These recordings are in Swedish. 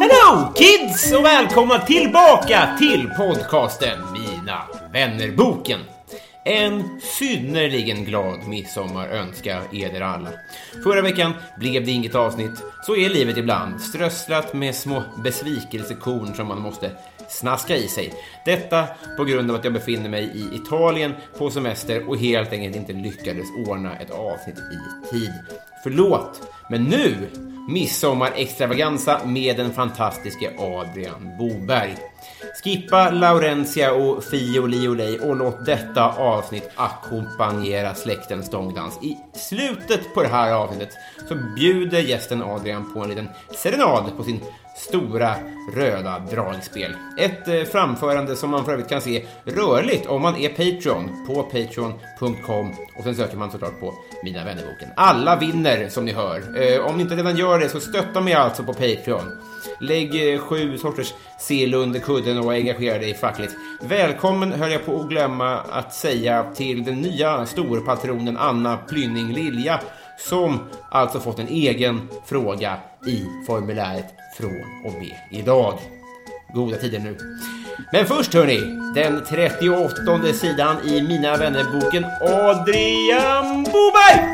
Hello kids och välkomna tillbaka till podcasten Mina vännerboken. En synnerligen glad midsommar önskar jag eder alla. Förra veckan blev det inget avsnitt. Så är livet ibland, strösslat med små besvikelsekorn som man måste snaska i sig. Detta på grund av att jag befinner mig i Italien på semester och helt enkelt inte lyckades ordna ett avsnitt i tid. Förlåt, men nu Midsommar extravaganza med den fantastiske Adrian Boberg. Skippa Laurentia och Fio Liolej och låt detta avsnitt ackompanjera släktens stångdans. I slutet på det här avsnittet så bjuder gästen Adrian på en liten serenad på sin stora röda dragspel. Ett eh, framförande som man för övrigt kan se rörligt om man är Patreon på patreon.com och sen söker man såklart på Mina vännerboken. Alla vinner som ni hör. Eh, Om ni inte redan gör det så stötta mig alltså på Patreon. Lägg eh, sju sorters sill under kudden och engagera dig fackligt. Välkommen höll jag på att glömma att säga till den nya storpatronen Anna Plynning Lilja som alltså fått en egen fråga i formuläret från och med idag. Goda tider nu. Men först hörni, den 38 sidan i Mina vännerboken Adrian Boberg!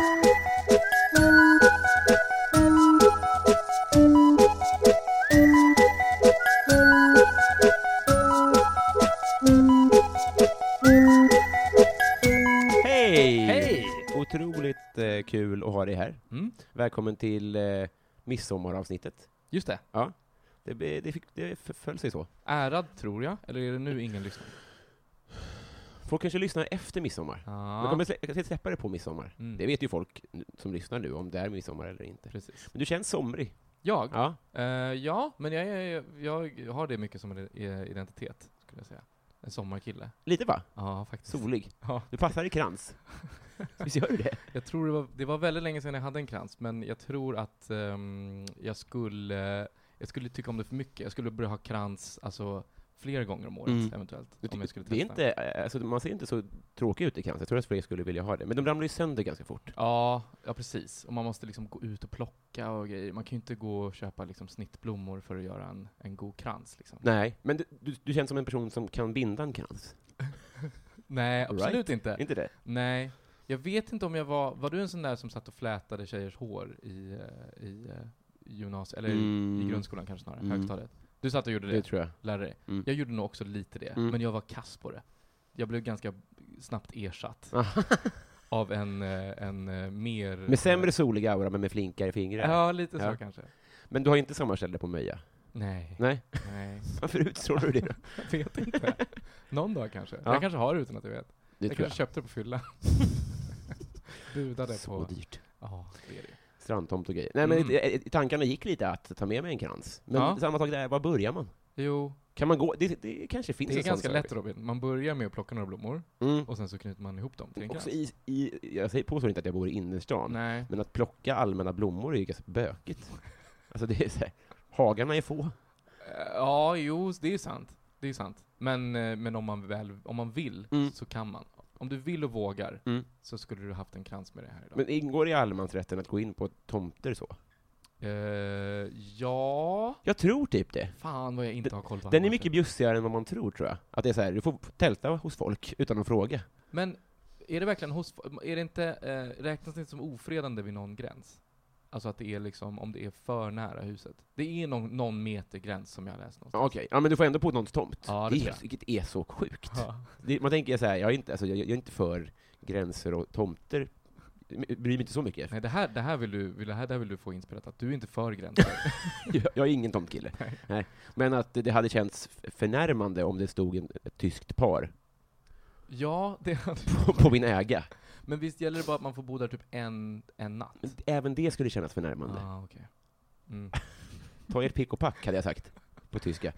Hej! Hej! Otroligt eh, kul att ha dig här. Mm, Välkommen till eh, midsommaravsnittet. just det. Ja, det, blev- det, fick, det föll sig så. Ärad, tror jag. Eller är det nu ingen lyssnar? Folk kanske lyssnar efter midsommar. Man Ja, kommer slä- kanske släppa det på midsommar. Mm. Det vet ju folk n- som lyssnar nu om det är midsommar eller inte. precis. Men du känns somrig. Jag? Ja. Eh, ja, men jag, är, jag har det mycket som en i- identitet, skulle jag säga. En sommarkille. Lite va? Ja, faktiskt. Solig. Ja, Du passar i krans. Visst gör du det? jag tror det var, det var väldigt länge sedan jag hade en krans, men jag tror att ehm, jag skulle jag skulle tycka om det för mycket. Jag skulle börja ha krans, alltså fler gånger om året Mm. eventuellt. Du, Om jag skulle det är testa. inte, eh, alltså, man ser inte så tråkig ut i krans. Jag tror att fler skulle vilja ha det. Men de ramlar ju sönder ganska fort. Ja, ja precis. Och man måste liksom gå ut och plocka och grejer. Man kan ju inte gå och köpa liksom snittblommor för att göra en, en god krans liksom. Nej, men du, du, du känns som en person som kan binda en krans. Nej, absolut inte. Inte det? Nej. Jag vet inte om jag var, var du en sån där som satt och flätade tjejers hår i, eh, i eh, gymnasiet, eller i- i Mm. grundskolan kanske snarare, Mm. högstadiet? Du satt och gjorde det, Det tror jag. lärde dig. Mm. Jag gjorde nog också lite det, Mm. men jag var kass på det. Jag blev ganska snabbt ersatt Ah. av en, eh, en eh, mer... Med sämre solig aura, men med flinkare fingrar. Ja, lite Ja. så kanske. Men du har inte samma ställe på Möja? Nej, Nej. nej. Varför utstrålar du det då? Jag vet inte. Någon dag kanske. Ja. Jag kanske har det utan att jag vet. Det jag tror kanske köpte det på fylla. Budade jag. Så på... dyrt. Ja, det är det. strandtomt och grejer. Nej, men Mm. i- i- i tankarna gick lite att ta med mig en krans. Men Ja. samma sak där, var börjar man? Jo, Kan man gå? Det, det kanske finns det är en sån ganska service. lätt Robin. Man börjar med att plocka några blommor, Mm. och sen så knyter man ihop dem till en Också krans. i, i, jag säger- påstår inte att jag bor i innerstan, Nej. men att plocka allmänna blommor är ju ganska bökigt. Alltså det är så här, hagarna är få. Eh, Ja, jo, det är sant. Det är sant. Men, eh, men om man väl, om man vill, Mm. så kan man. Om du vill och vågar, Mm. så skulle du haft en krans med dig här idag. Men ingår det i allemansrätten att gå in på tomter så? Eh, ja... Jag tror typ det. Fan vad jag inte har koll på Den är annars. mycket bjussigare än vad man tror, tror jag. Att det är så här, du får tälta hos folk utan att fråga. Men är det verkligen hos... Är det inte, eh, räknas det inte som ofredande vid någon gräns? Alltså att det är liksom, om det är för nära huset. Det är någon, någon meter gräns som jag har läst någonstans. Okej, ja, men du får ändå på någons tomt. Ja, det det tror är, jag. vilket är så sjukt. Ja. Det, man tänker så här, jag är, inte, alltså, jag, jag är inte för gränser och tomter. Jag bryr mig inte så mycket. Nej, det här, det, här vill du, vill, det, här, det här vill du få inspelat, att du är inte för gränser. Jag, jag är ingen tomtkille. Nej. Men att det hade känts f- förnärmande om det stod en, ett tyskt par ja, det hade på, på min äga. Men visst gäller det bara att man får bo där typ en, en natt? Men Även det skulle kännas förnärmande. Ah, okej. Mm. Ta ert pick och pack, hade jag sagt. På tyska.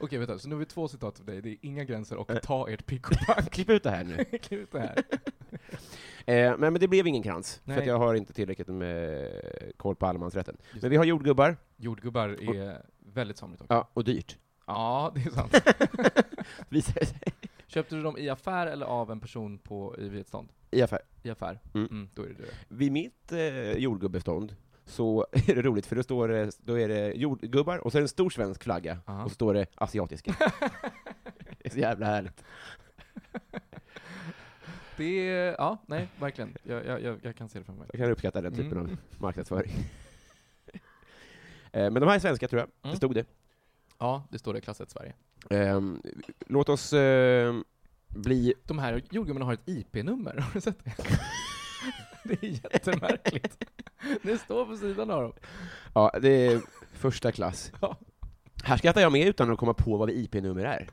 Okej, vänta. Så nu har vi två citat för dig. Det är inga gränser och ta ert pick och pack. Klipp ut det här nu. Klipp ut det här. Eh, men, men det blev ingen krans, Nej. för att jag har inte tillräckligt med eh, koll på allemansrätten. Just Men vi har jordgubbar, Jordgubbar är väldigt somrigt också. Ja. ja, och dyrt. det är sant. Visar det sig. Köpte du dem i affär eller av en person på, i vid ett stånd? I affär. I affär? Mm. då är det du. Vid mitt eh, jordgubbestånd så är det roligt, för då, står det, då är det jordgubbar, och så är det en stor svensk flagga, Aha. och så står det asiatiska. det är så jävla härligt. Det är, ja, nej, verkligen. Jag, jag, jag, jag kan se det framför mig. Jag kan uppskatta den typen Mm. av marknadsföring. eh, men de här är svenska, tror jag. Mm. Det stod det. Ja, det står det i klass 1 Sverige. Ehm, låt oss ehm, bli... De här jordgubbarna har ett IP-nummer, har du sett det? Det är jättemärkligt. Det står på sidan av dem. Ja, det är första klass. Ja. Här skrattar jag med utan att komma på vad IP-nummer är.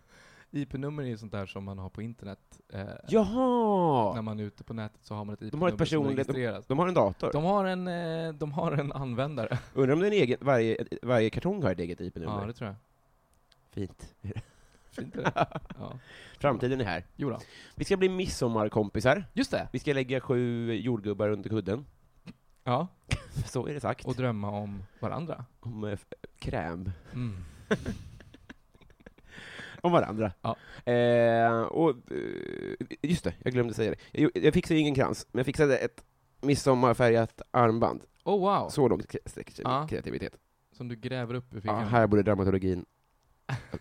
IP-nummer är ju sånt där som man har på internet. Eh, När Jaha! man är ute på nätet så har man ett IP-nummer De har ett som personligt... De, registreras. de har en dator. De har en, eh, de har en användare. Undrar om den egen, varje, varje kartong har ett eget IP-nummer? Ja, det tror jag. Fint. Fint är det. Ja. Framtiden är här. Jo då. Vi ska bli midsommarkompisar. Just det! Vi ska lägga sju jordgubbar under kudden. Ja. Så är det sagt. Och drömma om varandra. Om eh, f- kräm. Mm. Om varandra. Ja. Eh, och, eh, just det, jag glömde säga det. Jag, jag fixade ingen krans, men jag fixade ett midsommarfärgat armband. Oh wow! Så långt kre- sträcker sig min Ja. kreativitet. Som du gräver upp ur Ja, fickan. här borde dramaturgin...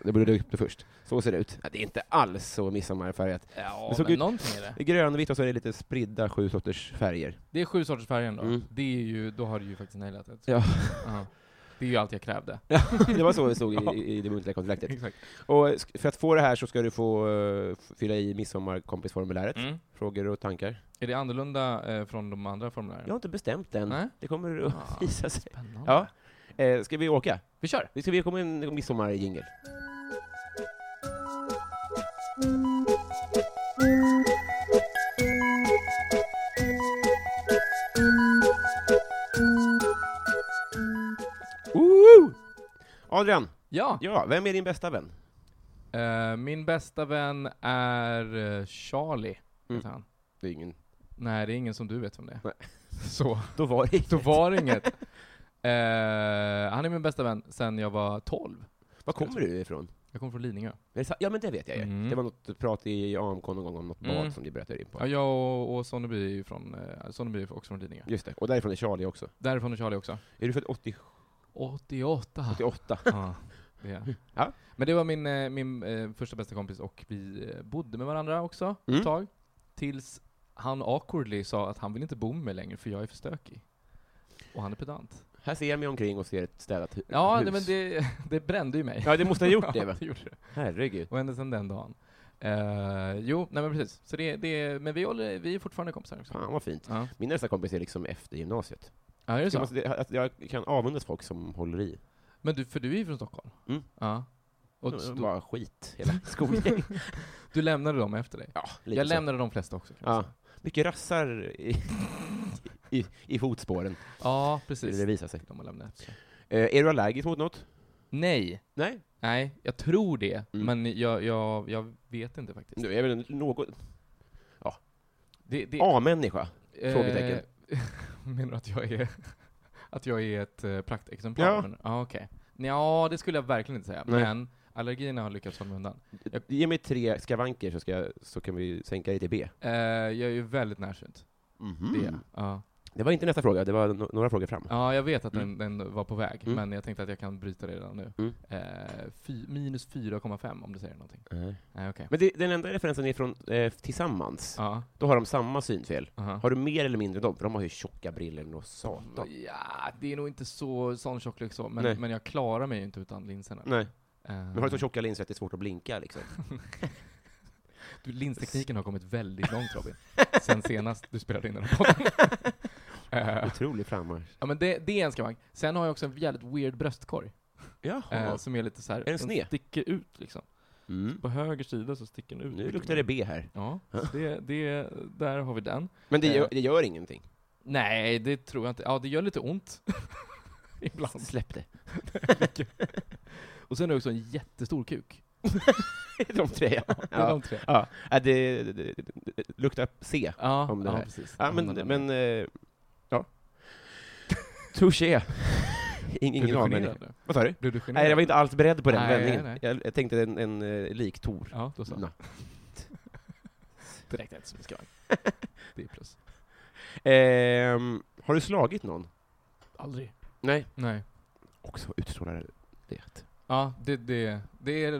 Jag borde lägga upp det först. Så ser det ut. Ja, det är inte alls så midsommarfärgat. Ja, Det men såg ut- någonting är det. Det är grönvitt och så är det lite spridda sju sorters färger. Det är sju sorters färger ändå. Mm. Det är ju, då har du ju faktiskt nailat det. Ja. Ja. Det är ju allt jag krävde. Det var så det stod i, i det muntliga kontraktet. Exakt. Och sk- för att få det här så ska du få eh, fylla i midsommarkompisformuläret. Mm. Frågor och tankar? Är det annorlunda eh, från de andra formulären? Jag har inte bestämt än. Nej? Det kommer att Ah. visa sig. Spännande. Ja. Eh, ska vi åka? Vi kör! Vi ska vi komma in en midsommarjingel? Woo! Adrian, Ja! ja, vem är din bästa vän? Eh, min bästa vän är eh, Charlie, Mm. heter han. Det är ingen. Nej, det är ingen som du vet om det är. Nej. Så, Då var det då var det inget. Eh, han är min bästa vän sen jag var 12. Var kommer du ifrån? Jag kommer från Lidingö. Är det sa- Ja men det vet jag ju. Mm. Det var något prat i AMK någon gång om något Mm. bad som du bröt er in på. Ja, jag och, och Sonneby är ju från, eh, Sonneby är också från Lidingö. Just det, och därifrån är Charlie också. Därifrån är Charlie också. Är du född 80, 88. 88? Ja, det är. jag. Ja. Men det var min, eh, min eh, första bästa kompis och vi eh, bodde med varandra också Mm. ett tag. Tills han awkwardly sa att han vill inte bo med mig längre för jag är för stökig. Och han är pedant. Här ser jag mig omkring och ser ett städat hu- Ja, hus. nej, men det, det brände ju mig. Ja, det måste ha gjort det va? gjorde det. Herregud. Och ända sedan den dagen. Eh, jo, nej men precis. Så det, det, men vi, håller, vi är fortfarande kompisar också. Fan vad fint. Ja, Min nästa kompis är liksom efter gymnasiet. ja är det Jag, så? måste, det- att jag kan avundas folk som håller i. Men du, för du är ju från Stockholm? Mm. Ja. Och Det var du, bara skit, hela skolan. du lämnade dem efter dig? ja, lite Jag så. lämnade de flesta också. Kan man Ja. säga. Mycket rassar i, i, i fotspåren, ja, skulle det precis. visa sig. De har lämnat efter sig. Eh, är du allergisk mot något? Nej. Nej. Nej, jag tror det. Mm. Men jag, jag, jag vet inte faktiskt. Du är väl något... Det, det, A-människa? eh, Ah, frågetecken. menar du att jag är, att jag är ett eh, praktexemplar? Ja. Men, ah, okej. Ja, det skulle jag verkligen inte säga. Nej. Men allergierna har lyckats hålla mig undan. Jag- Ge mig tre skavanker så, ska jag, så kan vi sänka dig till B. Eh, jag är ju väldigt närsynt. mm Det är jag. Ja. Det var inte nästa fråga, det var no- några frågor fram. Ja, jag vet att den, Mm. den var på väg, Mm. men jag tänkte att jag kan bryta det redan nu. Mm. Eh, fy, minus 4,5 om du säger någonting. Nej, okej. Men det, den enda referensen är från eh, Tillsammans. Ja, Då har de samma synfel. aha. Har du mer eller mindre än dem? För de har ju tjocka briller och satan. Ja, det är nog inte så sån tjocklek så, Nej. men, men jag klarar mig ju inte utan linserna. Nej, Eh, men har du så tjocka linser att det är svårt att blinka liksom? du, linstekniken har kommit väldigt långt Robin, sen senast du spelade in den här podden. Eh, Otrolig frammarsch. ja men det, det är en skavank. Sen har jag också en jävligt weird bröstkorg, eh, Jaha. som är lite så här, den sned? sticker ut liksom. Mm. På höger sida så sticker den ut. Nu mycket luktar mer. det B här. Ja, så det, det, där har vi den. Men det gör, Eh. det gör ingenting. Nej, det tror jag inte. Ja, det gör lite ont. Ibland. Släpp det. Och sen har jag också en jättestor kuk. de tre, ja. Det är ja. de tre. ja. ja det, det, det, det luktar C. Ja, Om det ja här. precis. Ja, men, Om den- men eh, ja. Touché. Blev Ingen du aning. generad nu? Vad sa du? Blev du generad? Nej, jag var inte alls beredd på den Nej, vändningen. nej. Jag, jag tänkte en, en eh, lik Tor. Ja, då så. Nej. Direkt ett som ska. Det är plus. Ehm, har du slagit någon? Aldrig. Nej. Nej. Också utstrålar det. Ja, det, det, det, är,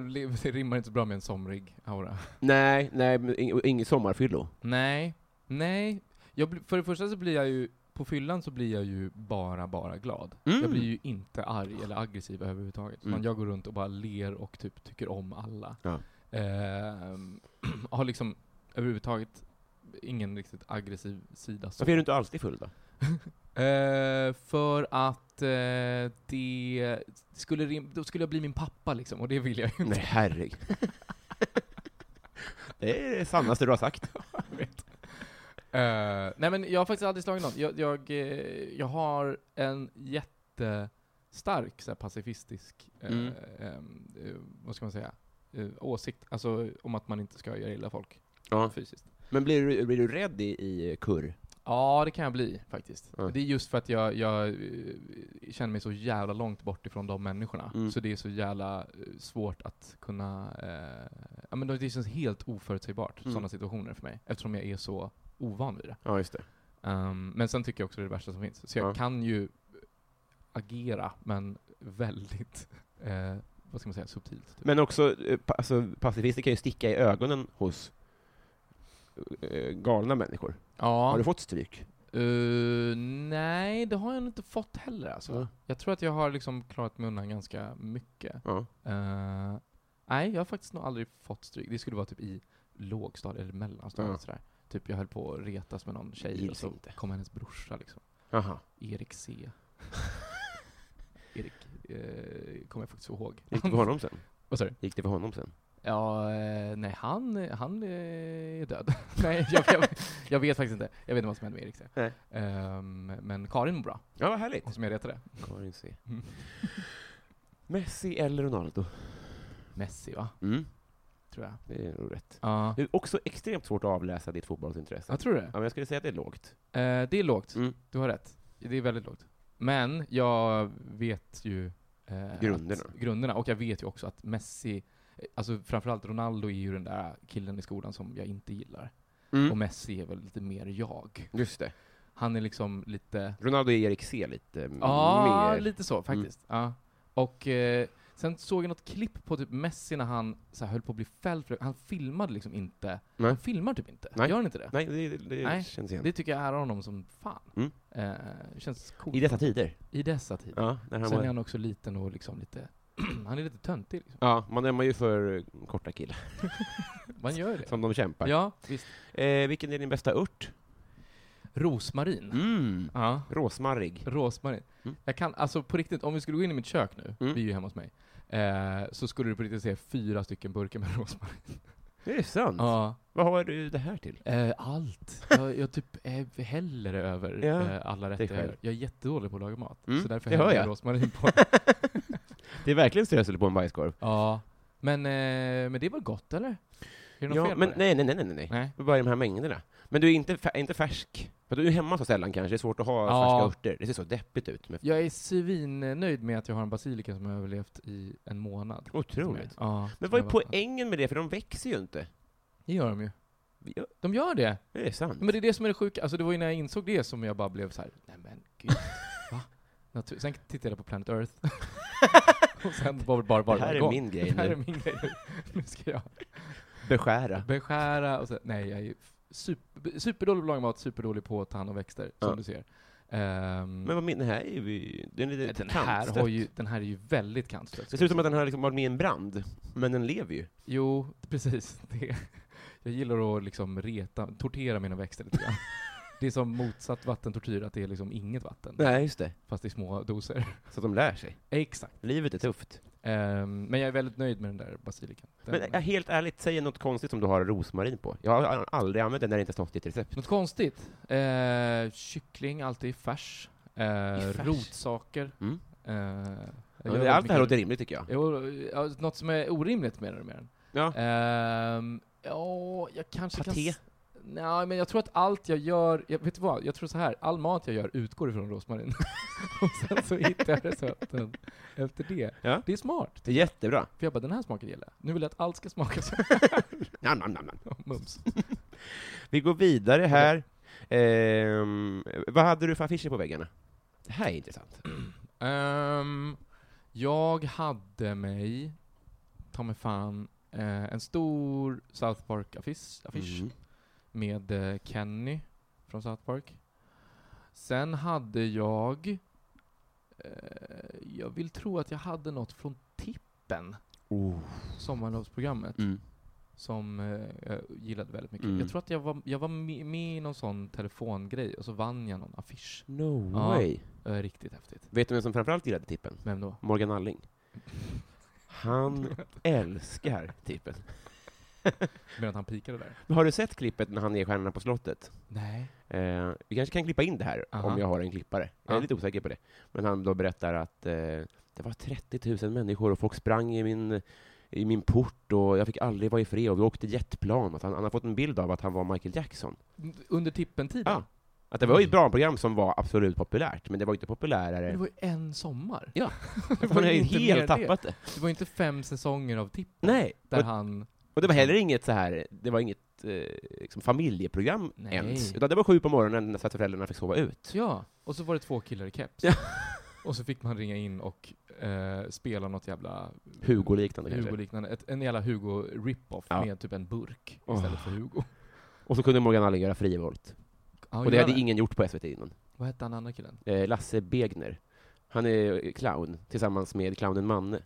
det rimmar inte så bra med en somrig aura. Nej, nej, men ing- ingen sommarfyllo. Nej. Nej. Jag, blir- för det första så blir jag ju, på fyllan så blir jag ju bara, bara glad. Mm. Jag blir ju inte arg eller aggressiv överhuvudtaget. Mm. Mm. Jag går runt och bara ler och typ tycker om alla. Ja. Ehm, har liksom överhuvudtaget ingen riktigt aggressiv sida. så. Varför är du inte alltid full då? Eh, för att eh, det skulle rim- då skulle jag bli min pappa liksom, och det vill jag ju inte. Nej, herregud. det är det sannaste du har sagt. Eh, nej men jag har faktiskt aldrig slagit någon. Jag, jag, eh, jag har en jättestark så här, pacifistisk, eh, Mm. ehm, eh, vad ska man säga, eh, åsikt. Alltså om att man inte ska göra illa folk Ja. fysiskt. Men blir du, blir du rädd i, i kurr? Ja, det kan jag bli faktiskt. Ja. Det är just för att jag, jag eh, känner mig så jävla långt bort ifrån de människorna. Mm. Så det är så jävla eh, svårt att kunna... Eh, ja, men det känns helt oförutsägbart, Mm. sådana situationer för mig. Eftersom jag är så ovan vid det. Ja, just det. Ehm, men sen tycker jag också det är det värsta som finns. Så jag Ja. kan ju agera, men väldigt, eh, vad ska man säga, subtilt. Typ. Men också, eh, pa- alltså, pacifister kan ju sticka i ögonen hos eh, galna människor. ja. Har du fått stryk? Eh, nej, det har jag nog inte fått heller alltså. Ja. Jag tror att jag har liksom klarat mig undan ganska mycket. Ja. Eh, nej, jag har faktiskt nog aldrig fått stryk. Det skulle vara typ i lågstadiet eller mellanstadiet Ja. sådär. Typ jag höll på att retas med någon tjej Gills och så inte. kom hennes brorsa liksom. Aha. Erik C. Erik, eh, kommer jag faktiskt ihåg. Gick det för honom sen? Vad sa du? Gick det för honom sen? Ja, eh, nej han, han eh, är död. nej, jag, jag, jag vet faktiskt inte. Jag vet inte vad som hände med Erik. så. Nej. Ehm, men Karin mår bra, Ja, vad härligt. hon som jag retade. Karin C. Mm. Messi eller Ronaldo? Messi va, Mm. tror jag. Det är nog rätt. Ja, Det är också extremt svårt att avläsa ditt fotbollsintresse. jag tror det. Ja, men jag skulle säga att det är lågt. Eh, det är lågt, Mm. du har rätt. Det är väldigt lågt. Men jag vet ju... eh, Grunderna. Att, grunderna, och jag vet ju också att Messi, eh, alltså framförallt Ronaldo är ju den där killen i skolan som jag inte gillar. Mm. Och Messi är väl lite mer jag. Just det. Han är liksom lite... Ronaldo är Erik C lite Ja, Mm, mer. Mm. lite så faktiskt. Ja. Och eh, sen såg jag något klipp på typ Messi när han så här, höll på att bli fälld. för- Han filmade liksom inte. Nej. Han filmar typ inte. Nej. Gör han inte det? Nej, det, det Nej, känns igen. Det tycker jag ärar honom som fan. Mm. Eh, känns coolt. I dessa tider. I dessa tider. Ja, när han Sen var... är han också liten och liksom lite... han är lite töntig. Liksom. ja man ömmar ju för eh, korta killar Man gör det. som de kämpar. Ja, visst. Eh, vilken är din bästa ört? Rosmarin. Mm. Ja. Rosmarrig. Rosmarin. Mm. Jag kan, alltså på riktigt, om vi skulle gå in i mitt kök nu, vi är ju hemma hos mig, eh, så skulle du på riktigt se fyra stycken burkar med rosmarin. Det är sant. Ja. Vad har du det här till? Eh, allt. Jag, jag typ är häller över Ja, eh, alla rätter jag själv. gör. Jag är jättedålig på att laga mat, Mm, så därför det hör häller jag jag. rosmarin på. Det är verkligen strösel på en bajskorv. ja. Men, eh, men det var gott eller? Är det något Ja, fel men på nej, det? nej, nej, nej, nej. Nej. Bara i de här mängderna. Men du är inte, fär- inte färsk. För du är hemma så sällan kanske, det är svårt att ha Ja. färska örter. Det ser så deppigt ut. Med Jag är svinnöjd med att jag har en basilika som har överlevt i en månad. Otroligt. Ja, Men som vad jag är vattnat. poängen med det? För de växer ju inte. Det gör de ju. Ja, De gör det! det är sant. Men det är det som är det sjuka, alltså det var ju när jag insåg det som jag bara blev så här: nej men gud, va? Natur- sen tittade jag på Planet Earth, och sen bara, bara, bara det här är igång. min Det grej här är nu. min grej nu. Nu ska jag Beskära. beskära och så, nej jag är super, superdålig på lagmat, superdålig på att ta hand om växter, Ja. som du ser. Ehm, Men vad min, den här är ju... Den är lite den, här kantstött. har ju, den här är ju väldigt kantstött. Det ser ut som att den har liksom varit med i en brand, men den lever ju. Jo, precis. Det. Jag gillar att liksom reta, tortera mina växter lite grann. Det är som motsatt vattentortyr, att det är liksom inget vatten, Nej, just det. fast i små doser. Så att de lär sig. Exakt. Livet är tufft. Ehm, men jag är väldigt nöjd med den där basilikan. Den, Men äh, helt ärligt, säg något konstigt som du har rosmarin på. Jag har aldrig använt den när det inte stått i ett recept. Något konstigt? Eh, kyckling, alltid i färs. Eh, färs? Rotsaker. Mm. Eh, jag Ja, det, gör allt det här mycket- låter rimligt tycker jag. Jo, ja, något som är orimligt menar du med den? Ja. Ehm, ja, jag kanske Paté? kan... s- Nej, men jag tror att allt jag gör, jag, vet du vad? Jag tror så här, all mat jag gör utgår ifrån rosmarin. och sen så hittar jag recepten efter det. Ja. Det är smart. Det är jättebra. För jag bara, den här smaken gillar jag. Nu vill jag att allt ska smaka så. Nam, nam, nam, nam. Mums. Vi går vidare här. Ehm, vad hade du för affischer på väggarna? Det här är intressant. Ehm, jag hade mig, ta mig fan, eh, en stor South Park-affisch affisch Mm. med eh, Kenny från South Park. Sen hade jag, eh, jag vill tro att jag hade något från Tippen, Oh. sommarlovsprogrammet, Mm. som eh, jag gillade väldigt mycket. Mm. Jag tror att jag var, jag var med, med i någon sån telefongrej och så vann jag någon affisch. No Ja. way. Eh, riktigt häftigt. Vet du vem som framförallt gillade tippen? Vem då? Morgan Alling. Han älskar tippen. Medan han pikade där? Men Har du sett klippet när han är stjärnorna på slottet? Nej. Eh, vi kanske kan klippa in det här, Aha. om jag har en klippare. Jag är Ja. lite osäker på det. Men han då berättar att eh, det var 30 000 människor och folk sprang i min, i min port och jag fick aldrig vara i fred och vi åkte jetplan. Att han, han har fått en bild av att han var Michael Jackson. Under tippen-tiden? Ja. Att det var ju ett bra program som var absolut populärt, men det var ju inte populärare. Men Mm. det var ju en sommar. Ja. det var han har ju ju inte mer helt tappat det. Det. det var ju inte fem säsonger av tippen. Nej. Där Och, han... och det var heller inget så här, det var inget eh, liksom familjeprogram Nej. ens. Utan det var sju på morgonen så att föräldrarna fick sova ut. Ja, och så var det två killar i keps. Ja. Och så fick man ringa in och eh, spela något jävla Hugo-liknande kanske. Hugo-liknande, ett- en jävla Hugo-rip-off Ja. med typ en burk Åh. istället för Hugo. Och så kunde Morgan Alling göra frivolt. Ja, och det gör hade ingen gjort på SVT innan. Vad hette han andra killen? Eh, Lasse Begner. Han är eh, clown, tillsammans med clownen Manne.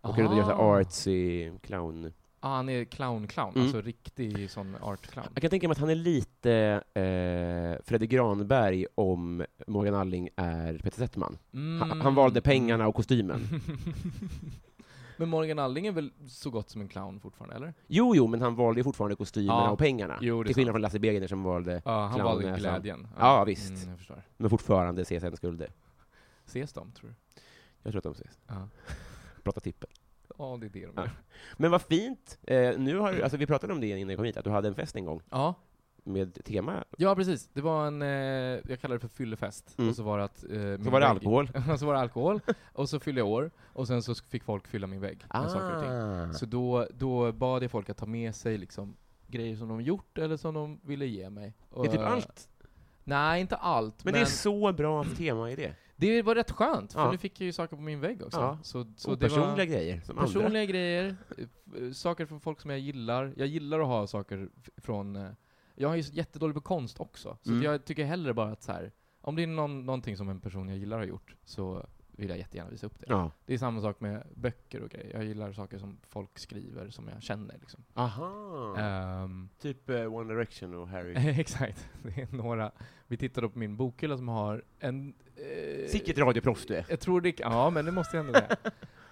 Och kunde göra så här artsy clown. Ah, han är clown-clown, Mm. alltså riktig sån art-clown. Jag kan tänka mig att han är lite eh, Fredrik Granberg om Morgan Alling är Peter Settman. Han, Mm. han valde pengarna och kostymen. Men Morgan Alling är väl så gott som en clown fortfarande, eller? Jo, jo, men han valde ju fortfarande kostymerna Ja. och pengarna. Jo, det är till skillnad sant. från Lasse Begner som valde, Ja, han Clown är valde så. glädjen. Ja, visst. Mm, jag förstår. men fortfarande CSN-skulder. Ses de, tror du? Jag tror att de ses. Ja, Prata tippen. ja det är det de Ja. gör. Men vad fint! Eh, nu har du, alltså vi pratade om det innan jag kom hit, att du hade en fest en gång Ja. med tema ja, precis. Det var en, eh, jag kallar det för fyllefest, Mm. och så var det att... Eh, Så min var Mm. det vägg- alkohol. och så var det alkohol, och så fyllde jag år, och sen så fick folk fylla min vägg Ah. med saker och ting. Så då, då bad jag folk att ta med sig liksom grejer som de gjort eller som de ville ge mig. Det är typ Och- eh, allt. Nej, inte allt. Men, det är så bra tema i det. Det var rätt skönt, för Ja. nu fick jag ju saker på min vägg också. Ja. Så, Så så det personliga var grejer. Som personliga andra. grejer, eh, eh, saker från folk som jag gillar. Jag gillar att ha saker f- från... eh, Jag är ju så jättedålig på konst också, så Mm. att jag tycker hellre bara att så här, om det är någon, någonting som en person jag gillar har gjort, så vill jag jättegärna visa upp det. Ja. Det är samma sak med böcker och grejer. Jag gillar saker som folk skriver, som jag känner liksom. Aha. Ehm, Typ eh, One Direction och Harry. exakt. Det är några... Vi tittade på min bokhylla som har en... eh, Sicket radioproffs du är. Jag tror det, ja men det måste jag ändå säga.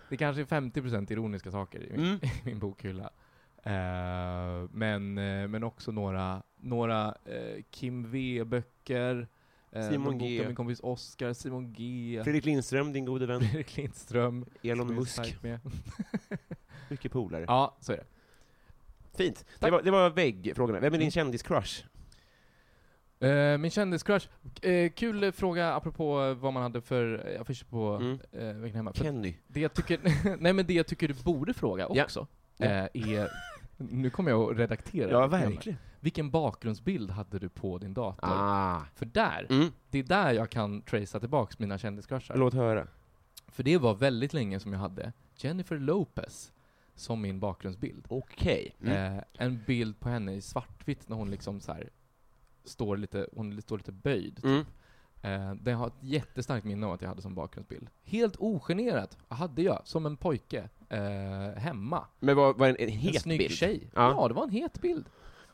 Det kanske är 50% ironiska saker i min, Mm. i min bokhylla. Eh, men, eh, men också några, några eh, Kim V-böcker, eh, Simon någon bok G. av min kompis Oscar, Simon G, Fredrik Lindström, din gode vän. Fredrik Lindström. som Elon jag är Musk. starkt Med. Mycket polare. Ja, så är det. Fint. Det Tack. var, det var väggfrågorna. Vem är din Mm. kändiscrush? Eh, min kändiscrush. Eh, kul fråga apropå vad man hade för eh, affischer på Mm. eh, väggen hemma. För Kenny. Det jag tycker, nej men det jag tycker du borde fråga Ja. också, Ja. eh, är... Nu kommer jag att redaktera. Ja, programmet. verkligen. Vilken bakgrundsbild hade du på din dator? Ah. För där, Mm. det är där jag kan tracea tillbaks mina kändiscrushar. Låt höra. För det var väldigt länge som jag hade Jennifer Lopez som min bakgrundsbild. Okej. Mm. Eh, en bild på henne i svartvitt när hon liksom så här står lite, hon står lite böjd. Mm. Eh, det har ett jättestarkt minne av att jag hade som bakgrundsbild. Helt ogenerat hade jag, som en pojke, eh, hemma. Men var, var det en, en en het snygg bild? tjej. Ja. Ja. det var en het bild.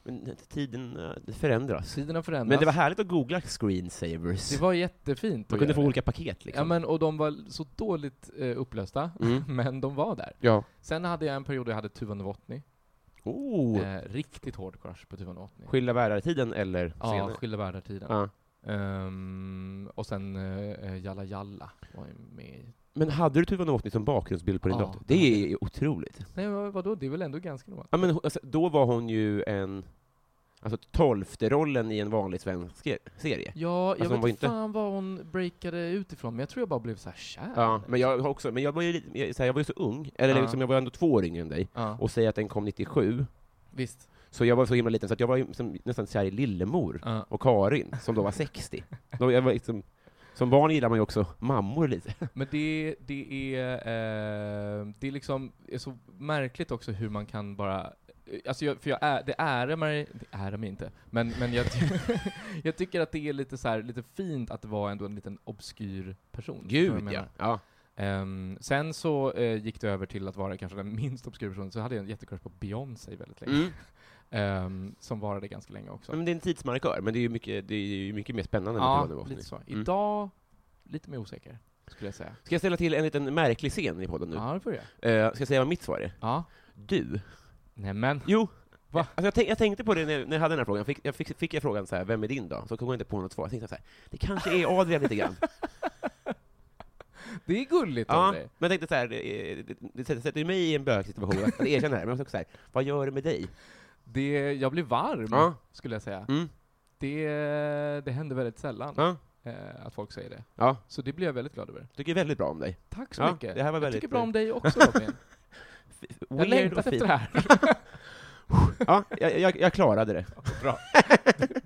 Men tiden eh, det förändras. Tiderna förändras. Men det var härligt att googla screensavers. Det var jättefint Man att kunde få göra det. olika paket liksom. Ja men, och de var så dåligt eh, upplösta, Mm. men de var där. Ja. Sen hade jag en period där jag hade Tuva Novotny. Oh. Eh, riktigt hård crush på Tuva Novotny. Skilda världar-tiden eller Ja, senare? Skilda världar-tiden. Ja. Ehm, och sen eh, Jalla Jalla var ju med i- Men hade du Tuva Novotny som bakgrundsbild på din Ja, dator? det Det hade är otroligt. Nej vad- vadå, det är väl ändå ganska normalt? Ja, men, hon- alltså, då var hon ju en... Alltså tolfte rollen i en vanlig svensk ser- serie. Ja, jag Alltså, hon var vet inte- fan vad hon breakade utifrån, men jag tror jag bara blev så här kär. Ja, men jag har också, men jag var ju lite, jag, så här, jag var ju så ung, eller Ja. liksom, jag var ändå två år yngre än dig, Ja, och säg att den kom 97, visst. så jag var så himla liten så att jag var ju som, nästan kär i Lillemor Ja. och Karin, som då var 60. Då, jag var liksom, som barn gillar man ju också mammor lite. Men det, det är, eh, det är liksom, är så märkligt också hur man kan bara, eh, alltså jag, för jag är, det ärar mig, det ärar mig inte, men, men jag, ty- jag tycker att det är lite så här, lite fint att vara ändå en liten obskyr person. förstår du vad jag Gud ja. menar? ja. Ehm, sen så eh, gick det över till att vara kanske den minst obskyra personen, så hade jag en jättecrush på Beyoncé väldigt länge. Mm. Ehm, som varade ganska länge också. Men det är en tidsmarkör, men det är ju mycket, det är ju mycket mer spännande än ja, Tuva Novotny. lite så. Mm. Idag, lite mer osäker, skulle jag säga. Ska jag ställa till en liten märklig scen i podden nu? Ja, det börjar. Eh, ska jag säga vad mitt svar är? Ja. Du? Nämen. Jo! Va? Alltså jag, tänk, jag tänkte på det när, när jag hade den här frågan, fick jag, fick, fick jag frågan så här, vem är din då? Så kom jag inte på något svar, jag tänkte så här, det kanske är Adrian lite grann. Det är gulligt ja, av men dig. jag tänkte så här, det, det, det sätter- sätter ju mig i en bögsituation att att erkänna det här, men jag tänkte så här, vad gör det med dig? Det, jag blir varm, Ja. skulle jag säga. Mm. Det, det händer väldigt sällan Ja, eh, att folk säger det. ja, Så det blir jag väldigt glad över. tycker väldigt bra om dig. Tack så Ja, mycket. det här var jag väldigt- tycker bra om dig också Robin. jag Weird längtat och fin. efter det här. Ja, jag, jag, jag klarade det. Bra.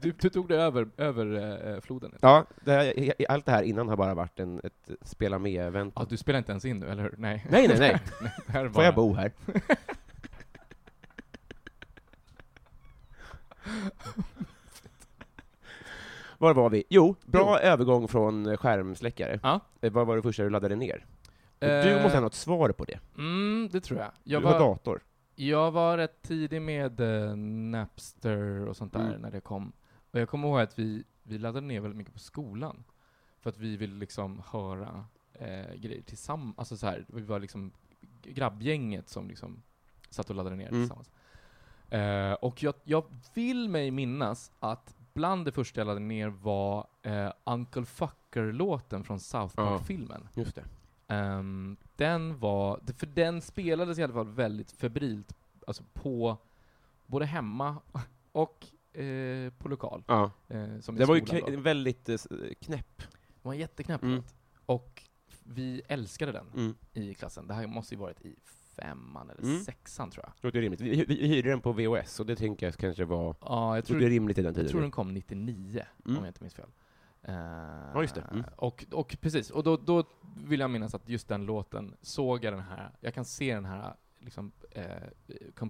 Du, du tog dig över, över eh, floden. Ja, det här, jag- jag- allt det här innan har bara varit en, ett spela med-event. Ja, du spelar inte ens in nu, eller hur? Nej. Nej, nej, nej. Det här är Får bara- jag bo här? Var var vi? Jo, bra övergång från skärmsläckare. Ja. Eh, Vad var det första du laddade ner? Du måste ha något svar på det. Eh, Mm, det tror jag. Jag du har var, dator. jag var rätt tidig med eh, Napster och sånt där Mm. när det kom. Och jag kommer ihåg att vi, vi laddade ner väldigt mycket på skolan. För att vi ville liksom höra eh, grejer tillsammans. Alltså så här, vi var liksom grabbgänget som liksom satt och laddade ner Mm. tillsammans. Eh, och jag, jag vill mig minnas att bland det första jag laddade ner var eh, Uncle Fucker-låten från South Ja. Park-filmen. Just det. Ehm, den var, det- för den spelades i alla fall väldigt febrilt, alltså på, både hemma och eh, på lokal. Ja. Eh, som i Det var ju skolan knä- då. en väldigt eh, s- knäpp. Det var en jätteknäpp Mm. låt. Och vi älskade den Mm. i klassen. Det här måste ju varit i femman eller Mm. sexan tror jag. Låter rimligt. Vi, vi, vi hyrde den på VHS, och det tänker jag kanske var... Ja, jag Tror tror, det är rimligt i den tiden. jag tror den kom 99, Mm. om jag inte minns fel. Eh, Ja, just det. Mm. Och, och precis, och då, då vill jag minnas att just den låten såg jag den här, jag kan se den här liksom, eh,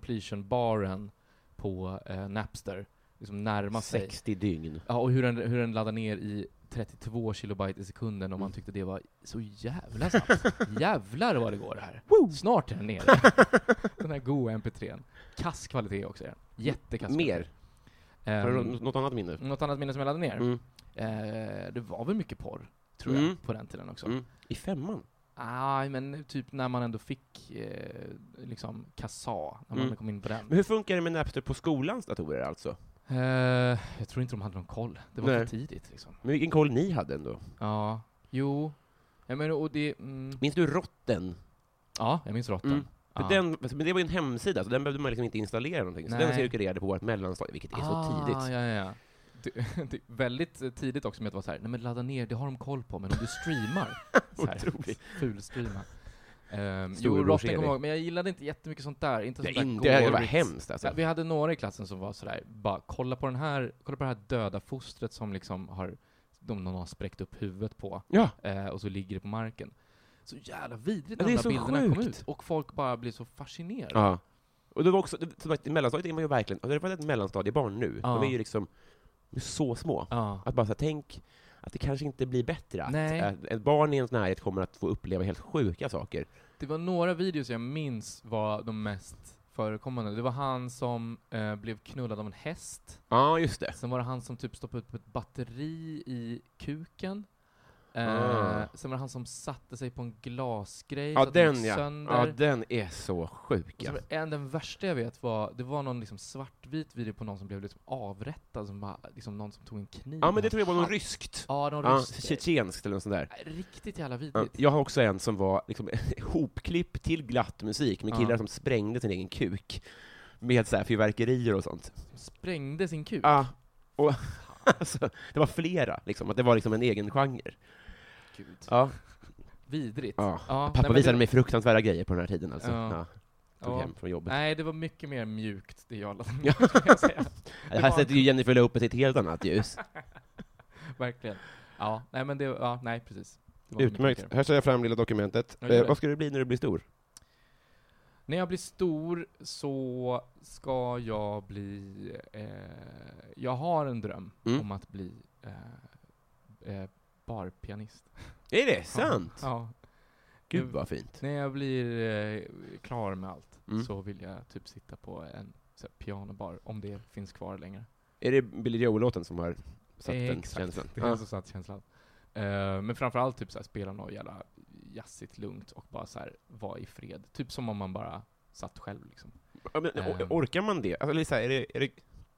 completion-baren på eh, Napster liksom närma sig. 60 dygn. Ja, och hur den, hur den laddar ner i 32 kilobyte i sekunden och man Mm. tyckte det var så jävla snabbt. Jävlar vad det går här. Snart är den nere. den här goa mp3n. Kass kvalitet också är den. Jättekass Mer? kvalitet. Har du Ehm, nå- något annat minne? något annat minne som jag laddade ner? Mm. Eh, det var väl mycket porr, tror Mm. jag, på den tiden också. Mm. I femman? Nej, men typ när man ändå fick eh, liksom kassa, när man Mm. kom in på den. Men hur funkar det med Napster på skolans datorer alltså? Eh, jag tror inte de hade någon koll. Det var Nej. för tidigt liksom. Men vilken koll ni hade ändå? Ja, jo. Jag menar, och det... Mm, Minns du Rotten? ja, jag minns råttan. Mm. För Ja. den, men det var ju en hemsida, så den behövde man liksom inte installera någonting. Så Nej. den cirkulerade på vårt mellanstadie, vilket är så Ah, tidigt. ja, ja, ja. Det, det, väldigt eh, tidigt också med att vara så här, nej men ladda ner, det har de koll på, men om du streamar, så här, Otroligt. fulstreama. Ehm, jo, Storebrors Rotten kommer Erik. jag ihåg, men jag gillade inte jättemycket sånt där. Inte Det, sånt är där inte, det var gore- hemskt alltså. Ja, vi hade några i klassen som var sådär, bara kolla på den här, kolla på det här döda fostret som liksom har, de någon har spräckt upp huvudet på, Ja, eh, och så ligger det på marken. Så jävla vidrigt Ja, när det de är där så bilderna kom sjukt. ut, och folk bara blir så fascinerade. Ja. Och det var också, det- som sagt, i mellanstadiet är man ju verkligen, och det var ett mellanstadiebarn nu, Ja. de är ju liksom de är så små. Ja. Att bara så här, tänk att det kanske inte blir bättre. Att, Nej. att ett barn i ens närhet kommer att få uppleva helt sjuka saker. Det var några videos jag minns var de mest förekommande. Det var han som eh, blev knullad av en häst, Ja, just det. sen var det han som typ stoppade upp ett batteri i kuken, eh, Ah. sen var det han som satte sig på en glasgrej Ja, så att den den gick ja. sönder. Ja, den är så sjuk. Och så Ja. var det En, den värsta jag vet var, det var någon liksom svartvit video på någon som blev liksom avrättad, som var liksom någon som tog en kniv. ja, men det i tror jag var något hand. ryskt. Ja, någon Ja, rysk. tjetjenskt eller något sånt där. Nej, Riktigt jävla Ja, vidrigt. Jag har också en som var liksom hopklipp till glatt musik med Ja. killar som sprängde sin egen kuk med så här fyrverkerier och sånt. Som sprängde sin kuk. Ja, och alltså, det var flera, liksom, att det var liksom en egen genre. Gud. Ja. Vidrigt. Ja. Ja, nej, Pappa men visade det, mig fruktansvärda grejer på den här tiden alltså. Ja. Ja. Tog ja. hem från jobbet. Nej, det var mycket mer mjukt, det jag laddade Ja. med, kan jag säga. det här var- sätter ju Jennifer Lopez i ett helt annat ljus. Verkligen. Ja, nej men det, ja, nej precis. Det var mycket mer. Här ser jag fram lilla dokumentet. Eh, Ja, gör det. ska du bli när du blir stor? När jag blir stor så ska jag bli... Eh, jag har en dröm Mm. om att bli eh, eh, barpianist. Är det sant? Ja. Gud vad fint. När jag blir eh, klar med allt Mm. så vill jag typ sitta på en så här, pianobar, om det finns kvar längre. Är det Billy Joel-låten som har satt den Exakt. känslan? Det är så satt känslan. Eh, men framförallt typ så här, spela något jävla jazzigt lugnt och bara så här, vara i fred. Typ som om man bara satt själv liksom. Ja, men, o- Ehm. orkar man det? Alltså, Lisa, är det, är det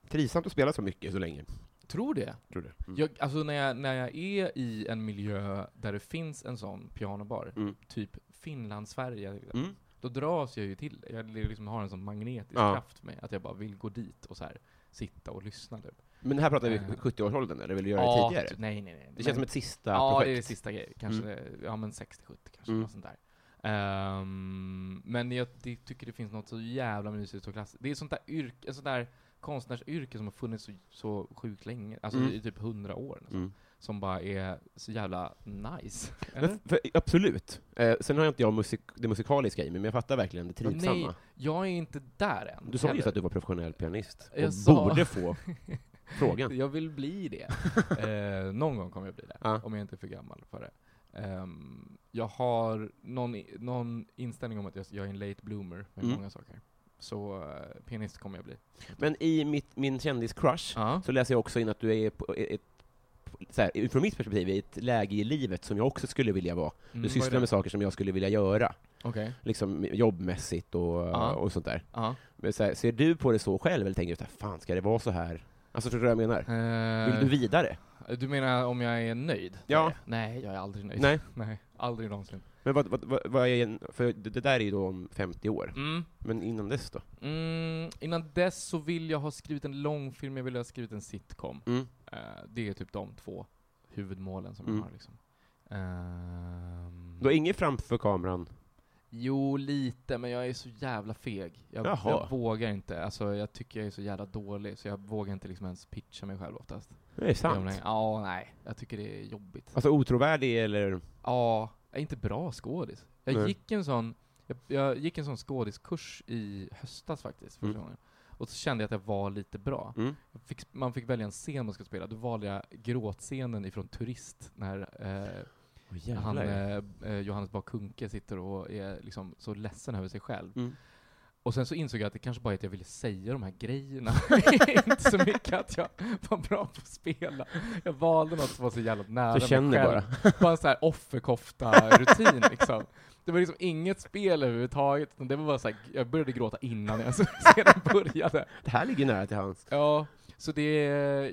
trivsamt att spela så mycket så länge? Tror det. Tror du? Mm. Jag, alltså när jag, när jag är i en miljö där det finns en sån pianobar, Mm. typ Finland, Sverige, Mm. då dras jag ju till det. Jag liksom har en sån magnetisk Ja. kraft med att jag bara vill gå dit och så här sitta och lyssna. Typ. Men här pratar vi Ehm. 70-årsåldern, eller vill du göra det Ja, tidigare? typ, Nej, nej, nej. Det känns som ett sista Ja, projekt. det är det sista grejen. Kanske, ja men 60-70 kanske, Mm. något sånt där. Ehm, men jag det, tycker det finns något så jävla mysigt och klassiskt. Det är sånt där yrke, sånt där konstnärsyrke som har funnits så, så sjukt länge, alltså Mm. i typ hundra år. Nästan Mm. som bara är så jävla nice. Men, Eller? för, absolut. Eh, sen har jag inte jag musik, det musikaliska i mig, men jag fattar verkligen det Nej, trivsamma. jag är inte där än. Du sa just heller. att du var professionell pianist, och Jag sa- borde få frågan. Jag vill bli det. eh, någon gång kommer jag bli det, Ja. om jag inte är för gammal för det. Ehm, jag har någon, i- någon inställning om att jag, jag är en late bloomer med Mm. många saker. Så eh, pianist kommer jag bli. Men i mitt, min kändis-crush Ja. så läser jag också in att du är, på, ett, så här, från mitt perspektiv, i ett läge i livet som jag också skulle vilja vara. Du Mm, vad är sysslar det? med saker som jag skulle vilja göra, Okej. liksom jobbmässigt och, Ja. och sånt där. Ja. Men så här, ser du på det så själv, eller tänker du så här, fan ska det vara så här? Alltså förstår du vad jag menar? Vill du Eh, vidare? du menar om jag är nöjd? Ja. Nej, jag är aldrig nöjd. Nej. Nej, aldrig någonsin. Men vad, vad, vad, vad är en, för det det där är ju då om 50 år, Mm. men innan dess då? Mm, innan dess så vill jag ha skrivit en långfilm, jag vill ha skrivit en sitcom. Mm. Eh, det är typ de två huvudmålen som Mm. jag har liksom. Ehm, Du har inget framför kameran? jo, lite, men jag är så jävla feg. Jag, Jaha. jag vågar inte. Alltså, jag tycker jag är så jävla dålig, så jag vågar inte liksom ens pitcha mig själv oftast. Det är Jag sant. menar, Ja, nej. Jag tycker det är jobbigt. Alltså otrovärdig eller? Ja, jag är inte bra skådis. Jag Nej. gick en sån, jag, jag gick en sån skådiskurs i höstas faktiskt, första Mm. gången. Och så kände jag att jag var lite bra. Mm. Jag Fick, man fick välja en scen man skulle spela, då valde jag gråtscenen ifrån Turist, när eh, han, eh, eh, Johannes Bah Kuhnke sitter och är liksom så ledsen över sig själv. Mm. Och sen så insåg jag att det kanske bara är att jag ville säga de här grejerna. inte så mycket att jag var bra på att spela. Jag valde något som var så jävla nära Så mig känner själv. bara. Bara en sån här offerkofta-rutin liksom. Det var liksom inget spel överhuvudtaget, utan det var bara så här, jag började gråta innan jag sedan började. Det här ligger nära till hans. Ja, så det,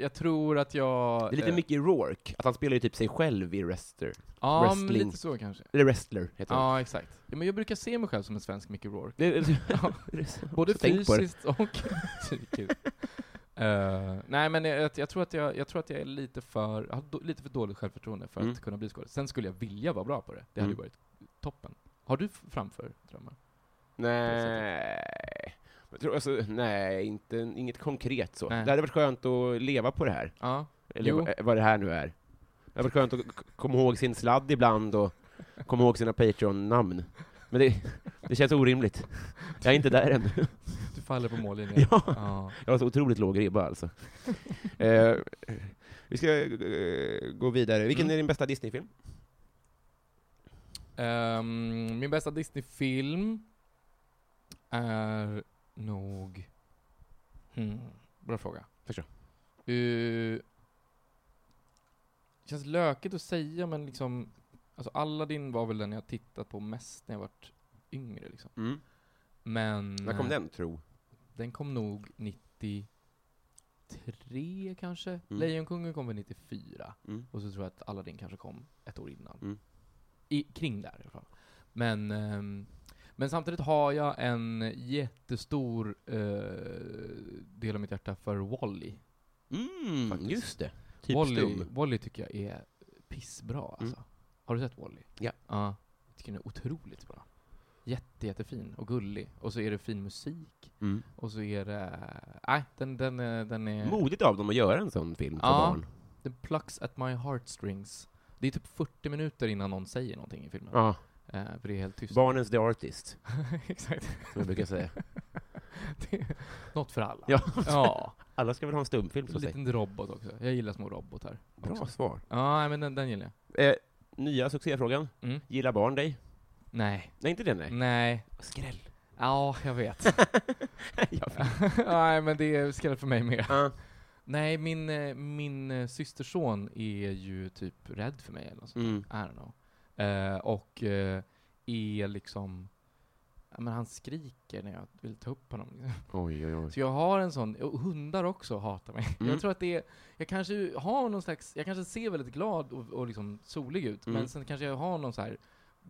jag tror att jag... Det är lite eh, Mickey Rourke, att han spelar ju typ sig själv i Wrestler. Ja, men wrestling. lite så kanske. Eller Wrestler heter han. Ja, exakt. Ja, men jag brukar se mig själv som en svensk Mickey Rourke. Det, det, Både Så tänk på det. fysiskt och psykiskt. Eh, nej men jag, jag, tror att jag, jag tror att jag är lite för, jag har då, lite för dåligt självförtroende för Mm. att kunna bli skådis. Sen skulle jag vilja vara bra på det, det hade ju Mm. varit toppen. Har Har du f- framför drömmar? Nej. Jag tror, alltså, nej, inte, inget konkret så. Nej. Det hade varit skönt att leva på det här. Ja. Eller Jo. vad- vad det här nu är. Det har varit skönt att k- komma ihåg sin sladd ibland och komma ihåg sina Patreon-namn. Men det, det känns orimligt. Jag är inte där än. Du faller på mållinjen. Ja, ja. jag har så otroligt låg ribba alltså. Eh, vi ska eh, gå vidare. Vilken Mm. är din bästa Disney-film? Ehm, min bästa Disney-film är nog... Hmm, bra fråga. Förstå. Eh, känns löket att säga, men liksom... Alltså Aladdin var väl den jag tittat på mest när jag varit yngre. Liksom. Men... När kom eh, den, tro? Den kom nog 93 kanske? Lejonkungen kom väl 94? Mm. Och så tror jag att Aladdin kanske kom ett år innan. Mm. I, kring där i alla fall. Men, ehm, men samtidigt har jag en jättestor eh, del av mitt hjärta för Wally. Mm, Faktiskt. just det. Typ Wally, stum. Mm. Wally tycker jag är pissbra alltså. Har du sett Wally? Ja. Ja. Jag tycker den är otroligt bra. Jätte, jättefin och gullig. Och så är det fin musik. Mm. Och så är det... Nej, den, den, är- den är... Modigt av dem att göra en sån film för Ja. barn. Den plucks at my heartstrings. Det är typ 40 minuter innan någon säger någonting i filmen. Ja. Eh, för det är helt tyst. Barnens The Artist, Exakt. som jag brukar säga. Det är något för alla. Ja. ja. Alla ska väl ha en stumfilm, så En att säga. liten robot också. Jag gillar små robotar. Bra också. svar. Ja, nej, men den, den gillar jag. Eh, nya succéfrågan. Mm. Gillar barn dig? Nej. Nej, inte det, Nej. nej. Mm. Skräll. Ja, jag vet. nej, men det är skräll för mig mer. Ja. Nej, min, eh, min eh, systerson är ju typ rädd för mig eller något sånt. Mm. I don't know. Eh, och eh, är liksom... ja, Men han skriker när jag vill ta upp honom. Oj, oj, oj. Så jag har en sån, och hundar också hatar mig. Mm. Jag tror att det är, jag kanske har någon slags, jag kanske ser väldigt glad och, och liksom solig ut, Mm. men sen kanske jag har någon så här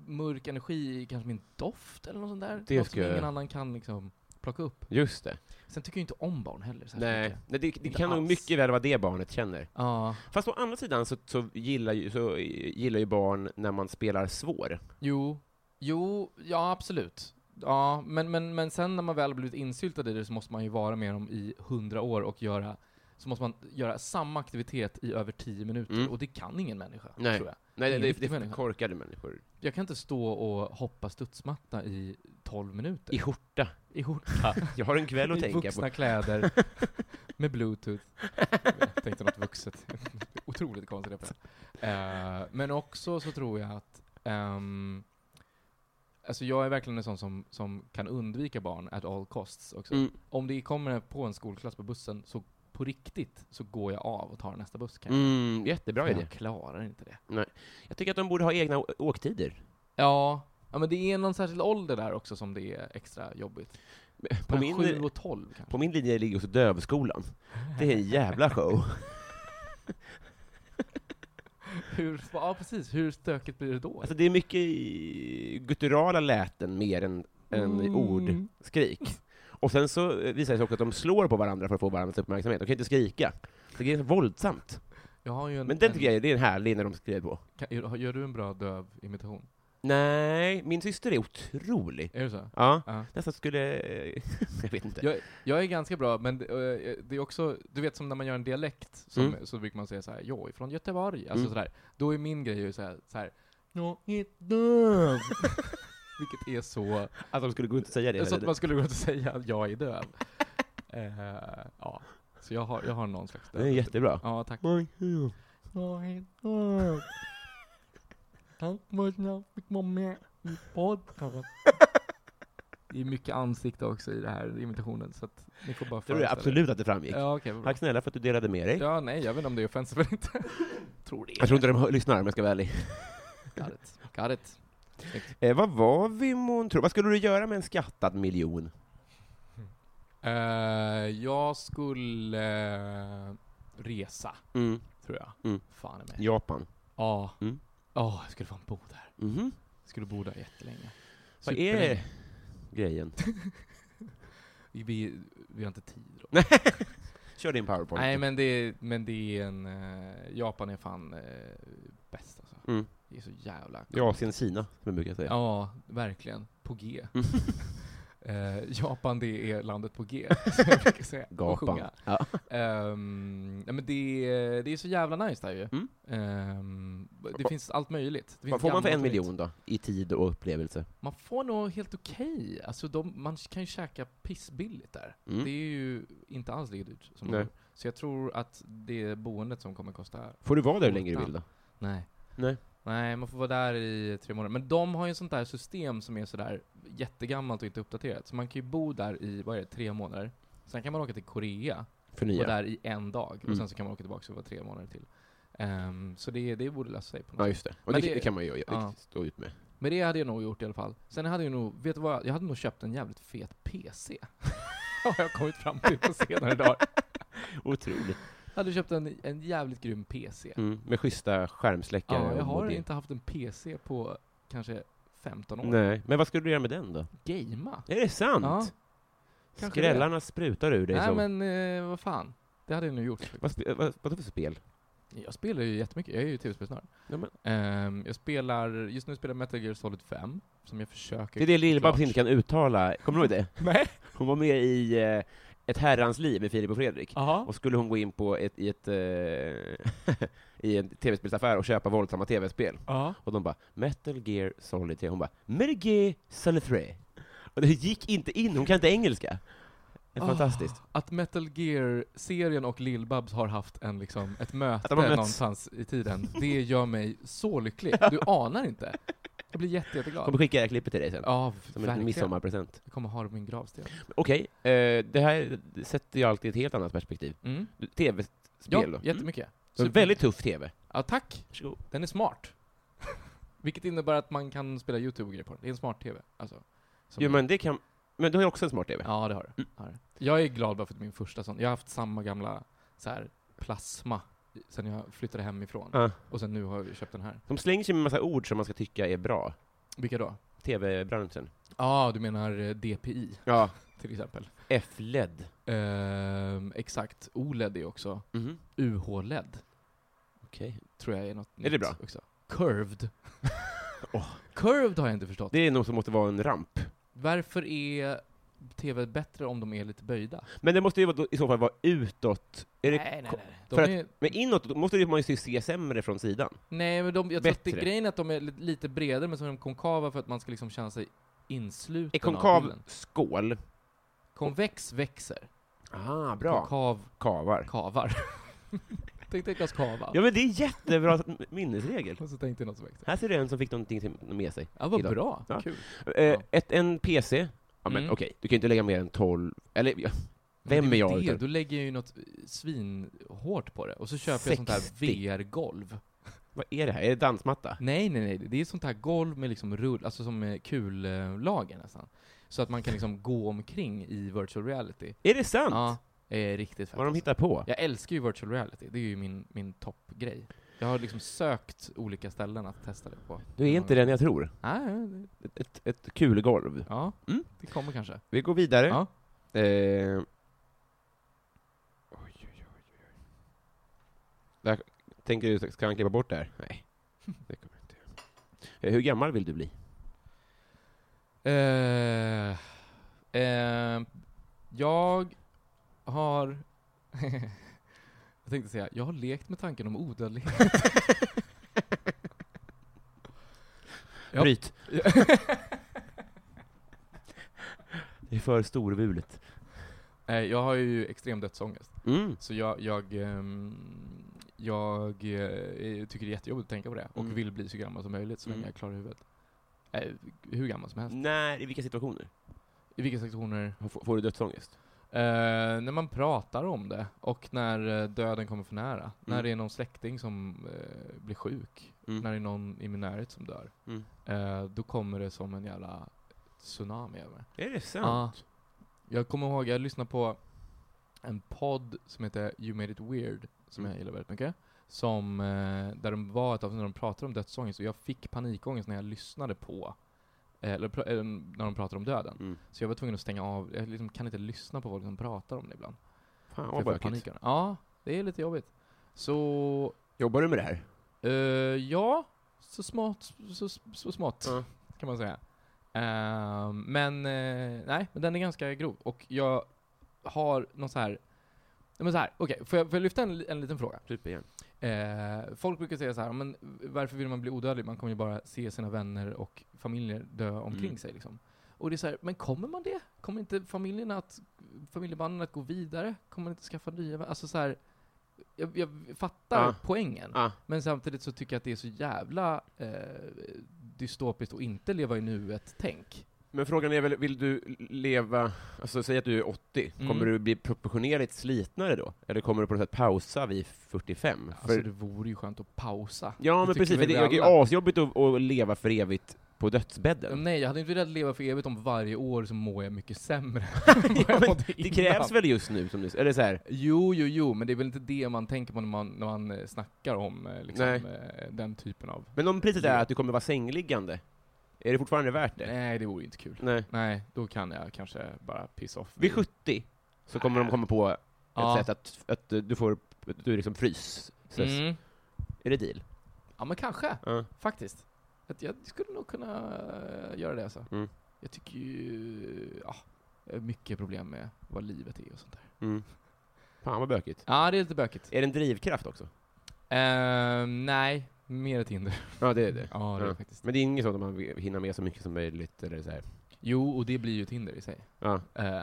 mörk energi i kanske min doft eller något sånt där. Det något ska som jag- ingen annan kan liksom plocka upp. Just det. Sen tycker jag inte om barn heller särskilt Nej, mycket. Nej det, det Inte kan nog alls. mycket väl vara det barnet känner. Ja, Fast å andra sidan så, så, gillar, ju, så gillar ju barn när man spelar svår. jo, jo, ja absolut. Ja, men, men, men sen när man väl har blivit insyltad i det så måste man ju vara med dem i hundra år och göra så måste man göra samma aktivitet i över tio minuter, Mm. och det kan ingen människa, Nej. tror jag. Nej, det, Ingen det, riktig det är människa. korkade människor. Jag kan inte stå och hoppa studsmatta i 12 minuter. I skjorta. I skjorta. Jag har en kväll att I tänka vuxna på. kläder. Med bluetooth. Jag tänkte något vuxet. Otroligt konstigt referens. Eh, men också så tror jag att... ehm, alltså jag är verkligen en sån som, som kan undvika barn at all costs också. Mm. Om det kommer på en skolklass på bussen, så på riktigt så går jag av och tar nästa buss. Kan jag. Mm, jättebra Men idé. jag klarar inte det. Jag tycker att de borde ha egna å- åktider. Ja, ja, men det är någon särskild ålder där också som det är extra jobbigt. På På min, 7 och 12 kanske. på min linje ligger också dövskolan. Det är en jävla show. Hur, ja, precis. Hur stökigt blir det då? Alltså det är mycket i- gutturala läten mer än, än i ord, skrik. Och sen så eh, visar det sig också att de slår på varandra för att få varandras uppmärksamhet. De kan inte skrika. Det är så våldsamt. jag har ju en, Men den en, tycker jag är, det är en härlig när de skriver på. kan, Gör du en bra döv imitation? Nej, min syster är otrolig. Är det så? Ja, Ja. nästan skulle... Jag vet inte. Jag, jag är ganska bra, men det, eh, det är också, du vet som när man gör en dialekt, som, Mm. så brukar man säga så här, jag är från Göteborg, alltså Mm. sådär. Då är min grej ju så här, så här jag är döv. Vilket är så, Att de skulle gå ut och säga det. så att man skulle gå runt och säga att jag är döv. Eh, ja. Så jag har, jag har någon slags Det är döv. jättebra. Ja, tack. Jag heter... Tack för att jag fick vara med i podden. Det är mycket ansikte också i det här imitationen, så att ni får bara Tror jag absolut att det framgick. Ja, okej, vad bra. Tack snälla för att du delade med dig. Ja, nej, jag vet inte om det är offensivt eller inte. Tror det. Jag tror inte de hör- lyssnar om jag ska vara ärlig. Got it. Got it. Eh, vad var vi månntro? Vad skulle du göra med en skattad miljon? Eh, jag skulle eh, resa, Mm. tror jag. Mm. Fan i mig. Ja. Japan. Ja, Mm. jag skulle fan bo där. Mhm. Jag skulle bo där jättelänge. Vad Superlänge. är grejen? Vi, vi har inte tid då. Kör din powerpoint. Nej men det, men det är en, eh, Japan är fan eh, bäst alltså. Mm. Det är så jävla... Ja, sin Sina, som jag brukar säga. Ja, verkligen. På G. Mm. Eh, Japan, det är landet på G, som jag brukar säga. och Gapan. sjunga. Ja. Ehm, nej, men det, är- det är så jävla nice där ju. Mm. Ehm, det Va- finns allt möjligt. Det finns Vad får man för gammalt en och nytt. miljon då? I tid och upplevelse? Man får nog helt okej. Alltså de, man kan ju käka pissbilligt där. Mm. Det är ju inte alls lika dyrt som Nej. man tror. Så jag tror att det boendet som kommer kosta... Får du vara där hur länge du vill då? Nej. Nej. Nej, man får vara där i tre månader. Men de har ju sånt där system som är sådär jättegammalt och inte uppdaterat. Så man kan ju bo där i, vad är det, tre månader. Sen kan man åka till Korea och Förnya? där i en dag. Och Mm. sen så kan man åka tillbaka och vara tre månader till. Ehm, så det, det borde lösa sig på något Ja, sätt. just det. Och det, Men det det- kan man ju det- ja. stå ut med. Men det hade jag nog gjort i alla fall. Sen hade jag nog, vet du vad, jag hade nog köpt en jävligt fet PC. Har jag kommit fram till på senare dagar. Otroligt. Jag hade köpt en, en jävligt grym PC. Mm. Med schyssta skärmsläckare Ja, jag och har modem. inte haft en PC på kanske 15 år. Nej, men vad skulle du göra med den då? Gamea. Är det Ja, sant? kanske Skrällarna sprutar ur dig Nej som... men eh, vad fan, det hade jag nog gjort. Vad, sp- vad, vad är det för spel? Jag spelar ju jättemycket, jag är ju tv-spelsnörd. Ja, men- Ehm, jag spelar, just nu spelar jag Metal Gear Solid 5, som jag försöker... Det är det Lill-Babs klart. inte kan uttala. Kommer du ihåg det? Nej! Hon var med i eh, Ett herrans liv med Filip och Fredrik. Jaha. Och skulle hon gå in på ett, i, ett, eh, i en tv-spelsaffär och köpa våldsamma tv-spel. Ja. Och de bara Metal Gear Solid 3. Hon bara Metal Gear Solid 3. Och det gick inte in, hon kan inte engelska. Det är Ah, fantastiskt. Att Metal Gear-serien och Lill-Babs har haft en, liksom, ett möte de har mötts. någonstans i tiden, det gör mig så lycklig. Du anar inte. Jag blir jätte, Jag jätteglad. kommer skicka det här klippet till dig sen. ja, Som en verkligen. midsommarpresent. Jag kommer ha det på min gravsten. Okej, eh, det här sätter jag alltid i ett helt annat perspektiv. Mm. Du, Tv-spel Ja, då? Mm. jättemycket. Så Super- väldigt tuff tv. Ja, tack. Varsågod. Den är smart. Vilket innebär att man kan spela YouTube och grejer på den. Det är en smart-TV. Alltså, som- Jo, men det kan... Men du har ju också en smart tv. Ja, det har du. Mm. Har du. Jag är glad bara för att min första sån. Jag har haft samma gamla så här, plasma i- sen jag flyttade hemifrån. Ja. Och sen nu har jag köpt den här. De slänger sig med en massa ord som man ska tycka är bra. Vilka då? Tv-branschen. Ja, du menar eh, DPI Ja. till exempel. F-led. Ehm, exakt. OLED är också. UH-LED Okej. E tror jag är något Är det nytt bra? Också. Curved. Curved har jag inte förstått. Det är något som måste vara en ramp. Varför är TV bättre om de är lite böjda? Men det måste ju vara, då, i så fall vara utåt. Är det, ko- De för är, att- Men inåt, då måste det- man ju se sämre från sidan. nej, men de, jag tror att det är Bättre. grejen är att de är li- lite bredare, men så är de konkava för att man ska liksom känna sig insluten En av konkav bilden. skål. Konvex växer. Ah, bra. Konkav Kavar. kavar. tänkte ett glas kava. Ja, men det är jättebra minnesregel. Och så tänkte jag något som växer. Här ser du en som fick någonting till- med sig. Ja, vad idag. bra. Ja. Kul. Eh, Ja. ett, en PC. Ja, men Mm. okej, du kan ju inte lägga mer än 12, eller ja, Men Vem det är jag Det? utan- Då lägger jag ju något svinhårt på det. Och så köper jag sånt här 60. VR-golv. vad är det här? Är det dansmatta? Nej, nej, nej. Det är sånt här golv med liksom rull, alltså som eh, kullager nästan. Så att man kan liksom gå omkring i virtual reality. Är det sant? Ja, är riktigt fett. Vad de alltså. hittar på? Jag älskar ju virtual reality. Det är ju min, min toppgrej. Jag har liksom sökt olika ställen att testa det på. Du är inte den jag tror. Nej, det- Ett, ett, ett kulgolv. ja. Mm. Det kommer kanske. Vi går vidare. Ja. Eh. Oj, oj, oj, oj. Där, tänker du, ska han klippa bort det här? Nej, det kommer jag inte göra. Eh, Hur gammal vill du bli? Eh, eh, jag har... jag tänkte säga, jag har lekt med tanken om odödlighet. Ja. Bryt! det är för storvulet. Nej, jag har ju extrem dödsångest. Mm. Så jag, jag, ehm, jag eh, tycker det är jättejobbigt att tänka på det. Och Mm. vill bli så gammal som möjligt så länge Mm. jag klarar huvudet. Eh, hur gammal som helst. När, i vilka situationer? I vilka situationer? F- Får du dödsångest? Eh, när man pratar om det och när eh, döden kommer för nära. När det är någon släkting som eh, blir sjuk. Mm. När det är någon i min närhet som dör. Mm. Eh, då kommer det som en jävla tsunami över mig. Är det sant? Ja. Jag kommer ihåg, jag lyssnade på en podd som heter You Made It Weird, som jag gillar väldigt mycket. Som, eh, där de var ett avsnitt när de pratade om dödsångest, och jag fick panikångest när jag lyssnade på, eh, eller pra- eh, när de pratade om döden. Mm. Så jag var tvungen att stänga av, jag liksom kan inte lyssna på folk som pratar om det ibland. Fan För vad jag får bökigt. panik av det. Ja, det är lite jobbigt. Så, Jobbar du med det här? eh, ja, så smart, så, så smart Ja. kan man säga. Ehm, men eh, nej, men den är ganska grov och jag har någon så här, nej, men så här, okej, får, jag, får jag lyfta en, li- en liten fråga? Typ igen. Eh, folk brukar säga så här, men varför vill man bli odödlig? Man kommer ju bara se sina vänner och familjer dö omkring Mm. sig liksom. Och det är så här, men kommer man det? Kommer inte familjen att, familjebanden att gå vidare? Kommer man inte skaffa nya vänner? Alltså så här, jag, jag fattar Ah. poängen. Ah, Men samtidigt så tycker jag att det är så jävla eh, dystopiskt att inte leva i nuet-tänk. men frågan är väl, vill du leva, alltså säg att du är 80, Mm. kommer du bli proportionerligt slitnare då? Eller kommer du på något sätt pausa vid 45? Alltså För- det vore ju skönt att pausa. Ja, Det men tycker precis. För väl det vi är ju alla. asjobbigt att, att leva för evigt på Ja, dödsbädden. Nej, jag hade inte velat leva för evigt om varje år så mår jag mycket sämre. Ja, men det innan. krävs väl just nu, som du säger? Eller så här, Jo, jo, jo, men det är väl inte det man tänker på när man, när man eh, snackar om eh, liksom, Nej. eh, den typen av... men om priset är att du kommer vara sängliggande, är det fortfarande värt det? Nej, det vore ju inte kul. Nej. Nej, då kan jag kanske bara piss off. Vid 70 så kommer de komma på ett Ja. sätt att, att du får, att du liksom frys. Så mm. Är det deal? Ja, men kanske. Ja. Faktiskt. Att jag skulle nog kunna eh, göra det alltså. Mm. Jag tycker ju... Ja, jag har mycket problem med vad livet är och sånt där. Mm. Fan vad bökigt. Ja, det är lite bökigt. Är det en drivkraft också? Ehm, nej, mer ett hinder. Ja, det är det. Ja, det är Ja. det faktiskt. Men det är inget sånt att man vill hinna med så mycket som möjligt, eller så här. Jo, och det blir ju ett hinder i sig. Ja, Eh,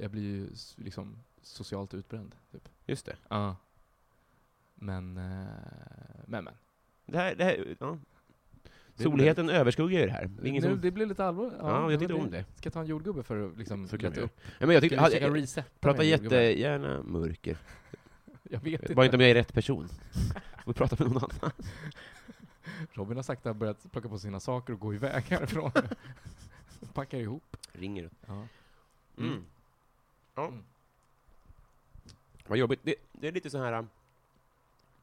jag blir ju s- liksom socialt utbränd, typ. just det. Ja. Men, eh, men, men. Det här, det här ja. Det är Soligheten överskuggar ju det här. Det är ingen nu, som... det blir lite allvar. Ja, jag men tyckte om det. Ska jag ta en jordgubbe för att liksom Så kan vi lätta göra. upp? Ja, men jag tyckte, Ska vi försöka hade, resetta med prata en jordgubbe? jättegärna mörker. Jag vet Bara inte inte. om jag är rätt person. Får prata med någon annan. Robin har sakta börjat plocka på sina saker och gå iväg härifrån. Packar ihop. Ringer upp. Ja. Mm. Mm. Ja. Mm. Vad jobbigt. Det, det är lite så här... äh,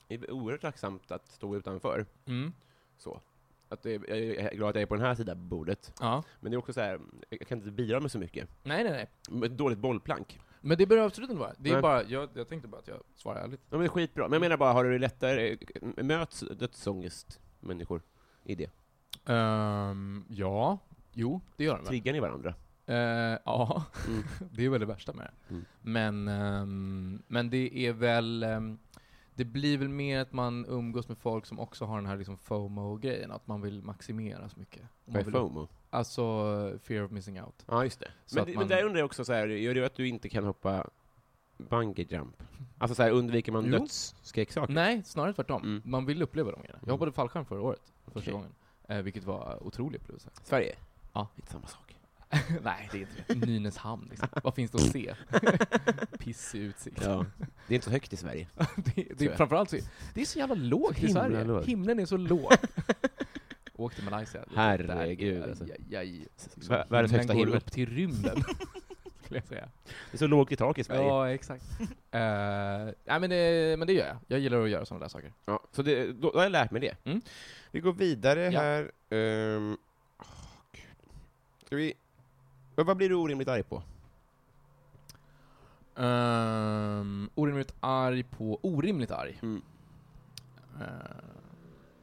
Det är oerhört tacksamt att stå utanför. Mm. Så. Att det, jag är glad att jag är på den här sidan bordet. ja. Men det är också så här, jag kan inte bidra med så mycket. Nej, nej, nej. Ett dåligt bollplank. Men det behöver absolut inte vara. Det är Nej. bara, jag, jag tänkte bara att jag svarar ärligt. Ja, men det är skitbra. Men jag menar bara, har du det lättare? eh, Möts dödsångest människor i det? Ehm, ja, jo, det gör den väl. Triggar ni varandra? Eh, ja, Mm. det är väl det värsta med det. Mm. Men, ehm, men det är väl, ehm, det blir väl mer att man umgås med folk som också har den här liksom FOMO-grejen, att man vill maximera så mycket. Och Vad Man är vill, FOMO? alltså, fear of missing out. Ja, just det. Så men, att det- man- men där undrar jag också så här, gör det att du inte kan hoppa bungee jump? Alltså så här, undviker man Jo. dödsskräcksaker? Nej, snarare tvärtom. Mm. Man vill uppleva de grejerna. Jag Mm. hoppade fallskärm förra året, första Okej. gången. Eh, vilket var otrolig upplevelse. Sverige? Ja. Inte samma sak. Nej, det är inte det. Nynäshamn liksom. Vad finns det att se? Pissig utsikt. Ja. Det är inte så högt i Sverige. Det, det, Tror är jag. framförallt så, det är så jävla lågt i Himla Sverige. lågt. Himlen är så låg. Åk till Malaysia. Herregud, Där- alltså. aj, aj. Vär- Världens högsta Himlen går himmel. upp till rymden. skulle jag säga. Det är så lågt i tak i Sverige. Ja. Ja, exakt. Eh, nej, men det, men det gör jag. Jag gillar att göra sådana där saker. så det, då, då har jag lärt mig det. Mm. Vi går vidare Ja. här. Um, Ska vi... Vad vad blir du orimligt arg på? Um, orimligt arg på orimligt arg. Mm. Eh,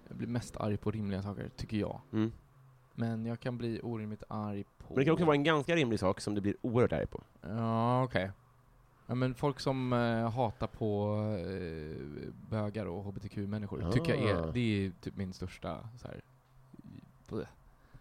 jag blir mest arg på rimliga saker, tycker jag. Mm. Men jag kan bli orimligt arg på... Men det kan också vara en ganska rimlig sak som du blir oerhört arg på. Ja, okej. Ja, men folk som eh, hatar på eh, bögar och hbtq-människor Ah. tycker jag är, det är typ min största så här, bleh.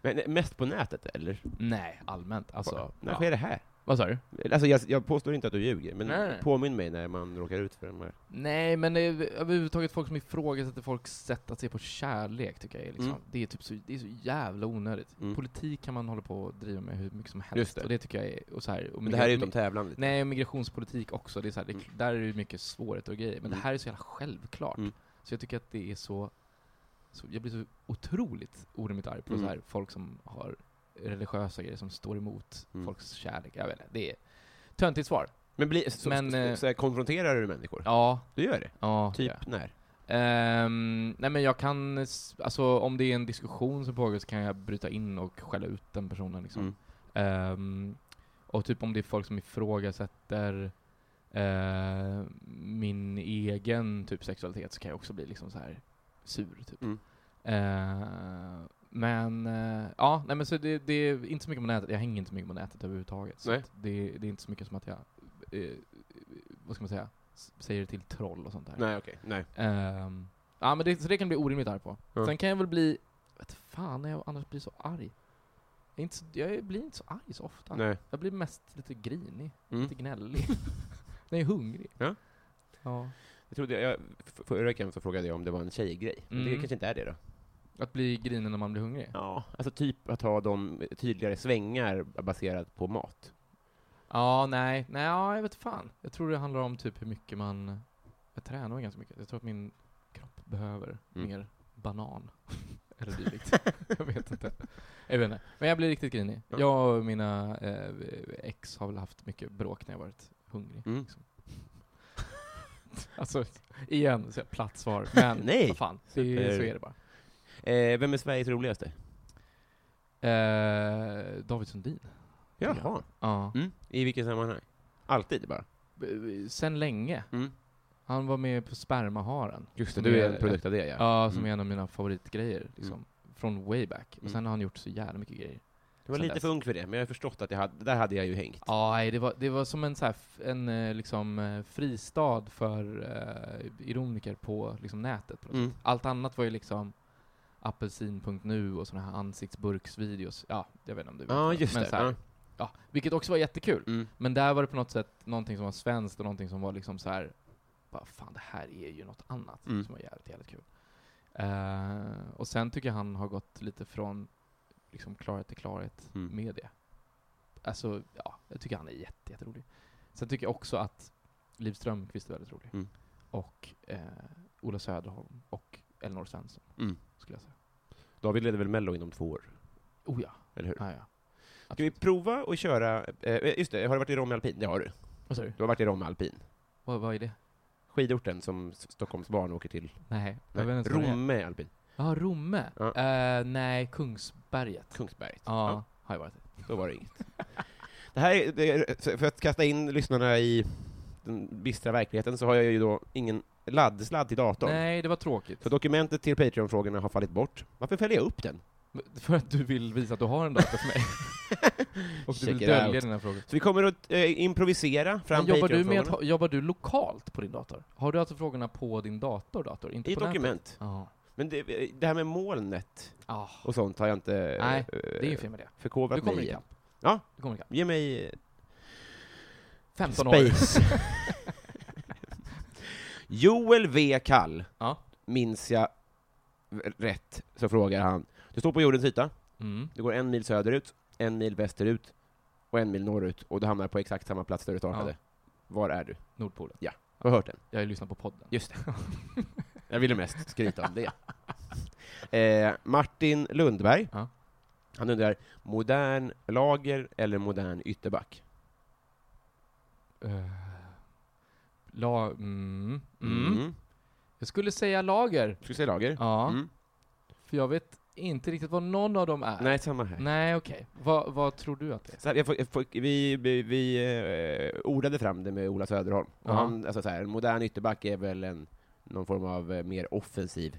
Men eh, mest på nätet, eller? Nej, allmänt alltså. När ja. sker det här? Vad sa du? Alltså jag, jag påstår inte att du ljuger, men Nej, nej. påminn mig när man råkar ut för de här. Nej, men det är överhuvudtaget folk som ifrågasätter folks sätt att se på kärlek tycker jag är liksom, Mm. det är typ så, det är så jävla onödigt. Mm. Politik kan man hålla på och driva med hur mycket som helst. Just det. Och det tycker jag är, och så här, och Men det här är migra- utom tävlan lite. Nej, och migrationspolitik också. Det är så här, det, Mm. Där är det mycket svårigheter och grejer. Men Mm. det här är så jävla självklart. Mm. Så jag tycker att det är så, så jag blir så otroligt orimligt arg på Mm. så här, folk som har religiösa grejer som står emot Mm. folks kärlek. Jag vet inte, det är töntigt svar. Men, bli, så, Men, så, eh, så här, konfronterar du människor? Ja, Du gör det? ja. Typ ja. när? Ehm, nej men jag kan, s- alltså om det är en diskussion som pågår så kan jag bryta in och skälla ut den personen liksom. Mm. Ehm, och typ om det är folk som ifrågasätter eh, min egen typ sexualitet så kan jag också bli liksom så här sur typ. Mm. Eh, men eh, ja, nej, men så det, det är inte så mycket på nätet. Jag hänger inte så mycket på nätet överhuvudtaget. Så Nej. att det, det är inte så mycket som att jag, eh, vad ska man säga, S- säger det till troll och sånt där. Nej, okej. Nej. Ehm, ja, men det, så det kan jag bli orimligt arg på. Ja. Sen kan jag väl bli, vet fan när jag annars blir så arg. Jag, är inte så, jag blir inte så arg så ofta. Nej. Jag blir mest lite grinig, Mm. lite gnällig. när jag är hungrig. Ja. Ja. Jag trodde, jag, f- förra veckan så frågade jag om det var en tjejgrej. Men Det Mm. kanske inte är det då? Att bli grinig när man blir hungrig? Ja. Alltså typ att ha de tydligare svängar baserat på mat. Ja, nej, nej, ja, jag vet fan. Jag tror det handlar om typ hur mycket man... Jag tränar väl ganska mycket. Jag tror att min kropp behöver Mm. mer banan. Eller dylikt. jag vet inte. Jag vet inte. Men jag blir riktigt grinig. Ja. Jag och mina eh, ex har väl haft mycket bråk när jag varit hungrig. Mm. Liksom. alltså, igen, så jag- platt svar. Men Nej. vad fan, det, Super. så är det bara. Eh, vem är Sveriges roligaste? Eh, David Sundin. Jaha. Ja. Mm. I vilket sammanhang? Alltid bara? B- Sen länge. Mm. Han var med på Spermaharen. Just det, Som du är är- en produkt av det Mm. ja. Ja, som Mm. är en av mina favoritgrejer. Liksom. Från way back. Och sen Mm. har han gjort så jävla mycket grejer. Du var Sen lite dess. för ung för det, men jag har förstått att jag hade, där hade jag ju hängt. Ja, nej, det var, det var som en, så här, f- en eh, liksom, eh, fristad för eh, ironiker på liksom, nätet. På något Mm. sätt. Allt annat var ju liksom apelsin.nu och sådana här ansiktsburksvideos. Ja, jag vet inte om du vet. Ja, vad. just Men det. så här, Ja. ja, vilket också var jättekul. Mm. Men där var det på något sätt någonting som var svenskt och någonting som var liksom så här, bara fan det här är ju något annat Mm. som var jävligt, jävligt kul. Eh, och sen tycker jag han har gått lite från liksom klarhet till klarhet Mm. med det. Alltså, ja, jag tycker han är jätte, jätterolig. Sen tycker jag också att Liv Strömquist är väldigt rolig. Mm. Och eh, Ola Söderholm och Elinor Svensson, Mm. skulle jag säga. David leder väl Mello inom två år, Oh ja, eller hur? ja, ja. Ska vi prova och köra, eh, just det, har du varit i Romme Alpin? Det har du. Vad sa du? Du har varit i Romme Alpin. Vad, vad är det? Skidorten som S- Stockholms barn åker till. Nej, jag vet Nej. inte vad det är. Romme Alpin. Ja, Romme? Ja. Eh, nej, Kungsberget. Kungsberget. Ja, har jag varit. Då var det inget. Det här är, det är, för att kasta in lyssnarna i den bistra verkligheten så har jag ju då ingen laddsladd till datorn. Nej, det var tråkigt. Så För, dokumentet till Patreon-frågorna har fallit bort. Varför fäller jag upp den? att du vill visa att du har en dator för mig. Och du vill Check it dölja out. dina frågor. Så vi kommer att eh, improvisera fram Men jobbar, du med att, Patreon-frågorna. ha- jobbar du lokalt på din dator? Har du alltså frågorna på din dator, dator? Inte I på nätet? dokument. Ja. Men det, eh, det här med molnet Ah, och sånt har jag inte Nej, eh, det är ju fel med det. förkovrat Du kommer mig i. ikapp. Ja. Du kommer ikapp. Ge mig eh, 15 år. space. Joel V. Kall, Ja. minns jag rätt, så frågar han. Du står på jordens yta, Mm. du går en mil söderut, en mil västerut och en mil norrut och du hamnar på exakt samma plats där du startade. Var är du? Nordpolen. Har du hört den? Jag har ju lyssnat på podden. Just det. Jag ville mest skryta om det. Eh, Martin Lundberg, Ja. han undrar, modern lager eller modern ytterback? Eh, la... Mm. Mm. Jag skulle säga lager. Ska vi säga lager? Ja. Mm. För jag vet inte riktigt vad någon av dem är. Nej, samma här. Nej, okej. Vad- Vad tror du att det är? Så här, jag får, jag får, vi vi, vi eh, ordade fram det med Ola Söderholm. Och Ja. han, alltså så här, en modern ytterback är väl en, någon form av eh, mer offensiv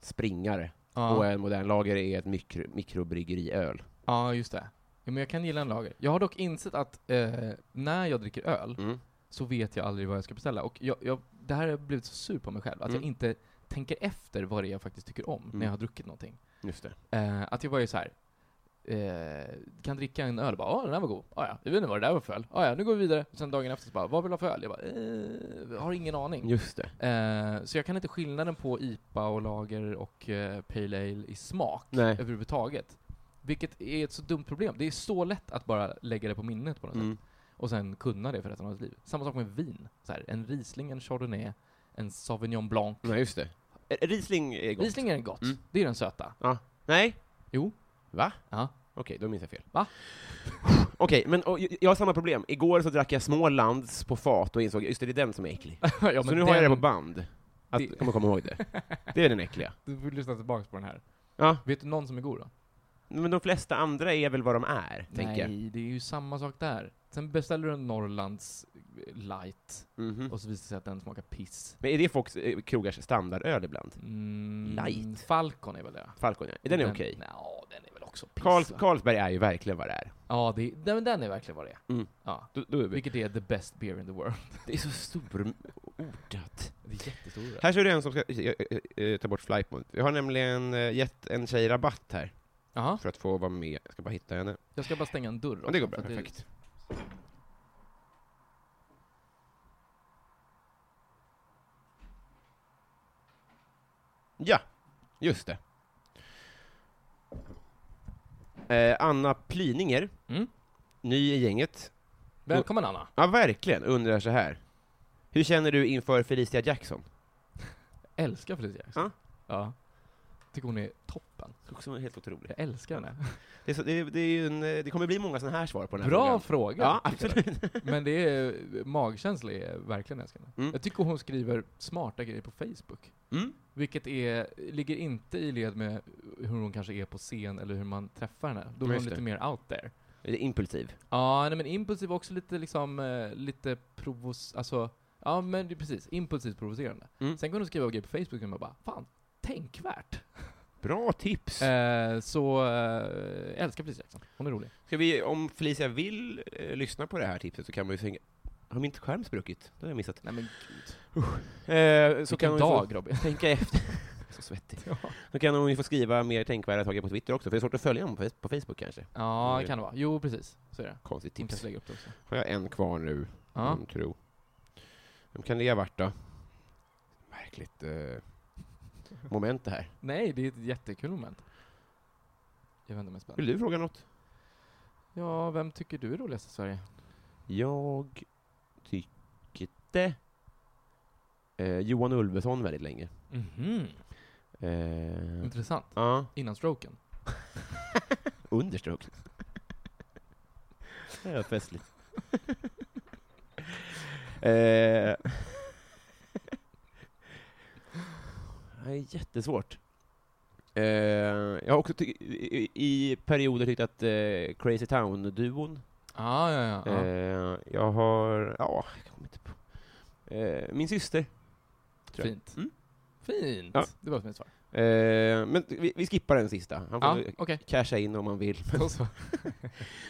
springare. Ja. Och en modern lager är ett mikro, mikrobryggeriöl. Ja, just det. Ja, men jag kan gilla en lager. Jag har dock insett att eh, när jag dricker öl Mm. så vet jag aldrig vad jag ska beställa. Och jag, jag, det här har jag blivit så sur på mig själv, att Mm. jag inte tänker efter vad det är jag faktiskt tycker om när jag har druckit någonting. Just det. Eh, att jag bara är så här. Eh, kan dricka en öl och bara åh den där var god, ah, ja, jag vet inte vad det där var för öl, ah, ja, nu går vi vidare. Sen dagen efter så bara, vad vill du ha för öl? Jag bara, eh, har ingen aning. Just det. Eh, så jag kan inte skillnaden på IPA och lager och eh, pale ale i smak Nej. överhuvudtaget. Vilket är ett så dumt problem. Det är så lätt att bara lägga det på minnet på något sätt. Mm. Och sen kunna det för resten av ens liv. Samma sak med vin. Så här, en Riesling, en Chardonnay, en Sauvignon Blanc. Nej, just det. Eh, Riesling är gott. Riesling är gott. Mm. Det är den söta. Nej? Jo. Va? Ja. Okej, då minns jag fel. Va? Okej, men och, jag- jag har samma problem. Igår så drack jag Smålands på fat och insåg just det, det är den som är äcklig. ja, men så nu har jag det på band. Att, Det- Kommer komma ihåg det. Det är den äckliga. Du får lyssna tillbaka på den här. Ja. Vet du någon som är god då? Men de flesta andra är väl vad de är, tänker jag. Nej, det är ju samma sak där. Sen beställer du en Norrlands eh, light, Mhm. och så visar det sig att den smakar piss. Men är det folks eh, krogars standardöl ibland? Mm, Light? Falcon är väl det? Falcon, ja. Den är okej. Nja, den är väl också piss. Karls, va? Carlsberg är ju verkligen vad det är. Ja, det, den, den är verkligen vad det är. Mm. Ja. Då, då är vi. Vilket är the best beer in the world. Det är så storordat. Det är jättestora. Här ser du en som ska eh, eh, eh, ta bort flight mode. Vi har nämligen eh, gett en tjej rabatt här Jaha, för att få vara med. Jag ska bara hitta henne. jag ska bara stänga en dörr. Och det går också, bra, för att perfekt. Ja, just det. Eh, Anna Plyninger, Mm. ny i gänget. Välkommen Anna. Ja, verkligen. Undrar så här. Hur känner du inför Felicia Jackson? Älskar Felicia Jackson. Ja. Tycker hon är toppen. Också helt otroligt. Jag älskar henne. Det, är så, det, är, det, är ju en, eh, det kommer bli många sådana här svar på den här Bra frågan. fråga. Ja, tycker jag. absolut. Men det är magkänsla är verkligen älskande. Mm. Jag tycker hon skriver smarta grejer på Facebook. Mm. Vilket är, ligger inte i led med hur hon kanske är på scen eller hur man träffar henne. Då är hon Just det. lite mer out there. Det är impulsiv. Ja, nej, men impulsiv också lite liksom, eh, lite provos... Alltså, ja men det är precis, impulsivt provocerande. Mm. Sen kan hon skriva grejer på Facebook och man bara, fan, tänkvärt. Bra tips! Eh, så, eh, älskar Felicia Jackson. Hon är rolig. Ska vi, om Felicia vill eh, lyssna på det här tipset så kan man ju sänka... Har min skärm spruckit? Det har jag missat. Nej men gud. Eh, så Vilken hon ju dag Robin. Få tänka efter. så svettig. Då kan hon ju få skriva mer tänkvärda saker på Twitter också, för det är svårt att följa honom på, Face- på Facebook kanske. Ja, kan det vara. Jo, precis. Så är det. Konstigt Hon tips. kanske Mm. lägger upp det också. Har jag en kvar nu, Ja. ja. tro. Vem kan det ha varit då? Märkligt eh, moment det här. Nej, det är ett jättekul moment. Jag vänder mig spänd. Vill du fråga något? Ja, vem tycker du är roligast i Sverige? Jag tyckte eh, Johan Ulveson väldigt länge. Mhm. Eh, Intressant. ja, Innan stroken. understroke. Det var festligt. eh, det är jättesvårt. Eh, jag har också ty- i, i perioder tyckt att eh, Crazy Town-duon Ah, ja, ja, ja. Eh, jag har... Ja, jag kommer inte på. Eh, min syster. tror jag. Fint. Mm. Fint! Ja. Det var mitt svar. Eh, men vi, vi skippar den sista. Han får Ja, väl okej. casha in om han vill. Då så.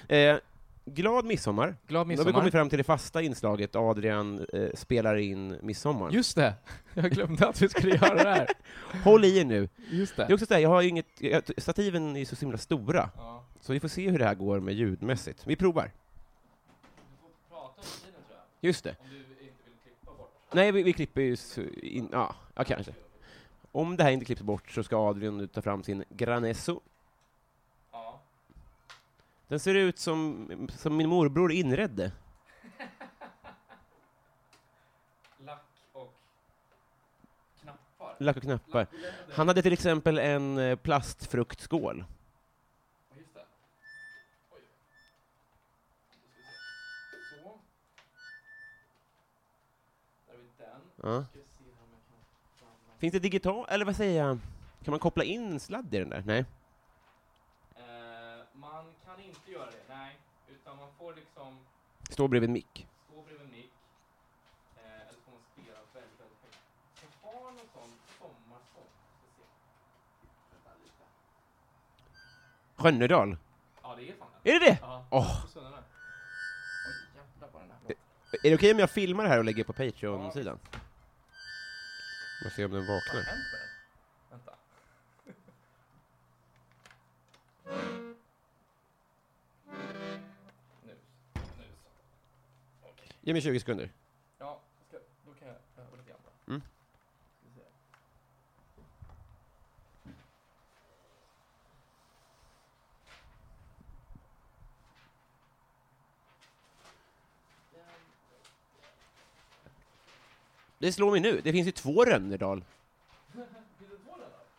Eh, glad midsommar. Glad Nu har vi midsommar. kommit fram till det fasta inslaget Adrian eh, spelar in midsommar. Just det! Jag glömde att vi skulle göra det här. Håll i er nu. Just Det är det. också så här, jag har ju inget, jag, stativen är ju så himla stora, Ja. så vi får se hur det här går med ljudmässigt. Vi provar. Just det. Nej, vi, vi klipper ju s- in, ja, ja, kanske. Om det här inte klipps bort så ska Adrian nu ta fram sin Granesso. Den ser ut som, som min morbror inredde. Lack och knappar. Lack och knappar. Han hade till exempel en eh, plastfruktskål. Just det. Oj. Då ska vi se. Så. Där har vi den. Ja. Ska vi se här om jag kan få fram den. Finns det digital, eller vad säger jag? Kan man koppla in en sladd i den där? Nej. Eh, man kan inte göra det, nej. Utan man får liksom Står bredvid en mick. stå bredvid mick. Eh, eller så får man spela väldigt, väldigt högt. Jag har någon sån sommarsång. Ska se. Vänta lite. Skönnedal. Ja, det är fan den. Är det det? Ja, Åh, på Sunne där. Oj, jävlar vad den här. är det okej om jag filmar det här och lägger på Patreon-sidan? Vi får se om den vaknar. Vad har hänt med den? Vänta. Nu. Nu så. Ge mig 20 sekunder. Ja, jag ska, då kan jag öva lite grann bara. Mm. Ska vi se. Det slår mig nu, det finns ju två Rönnerdal.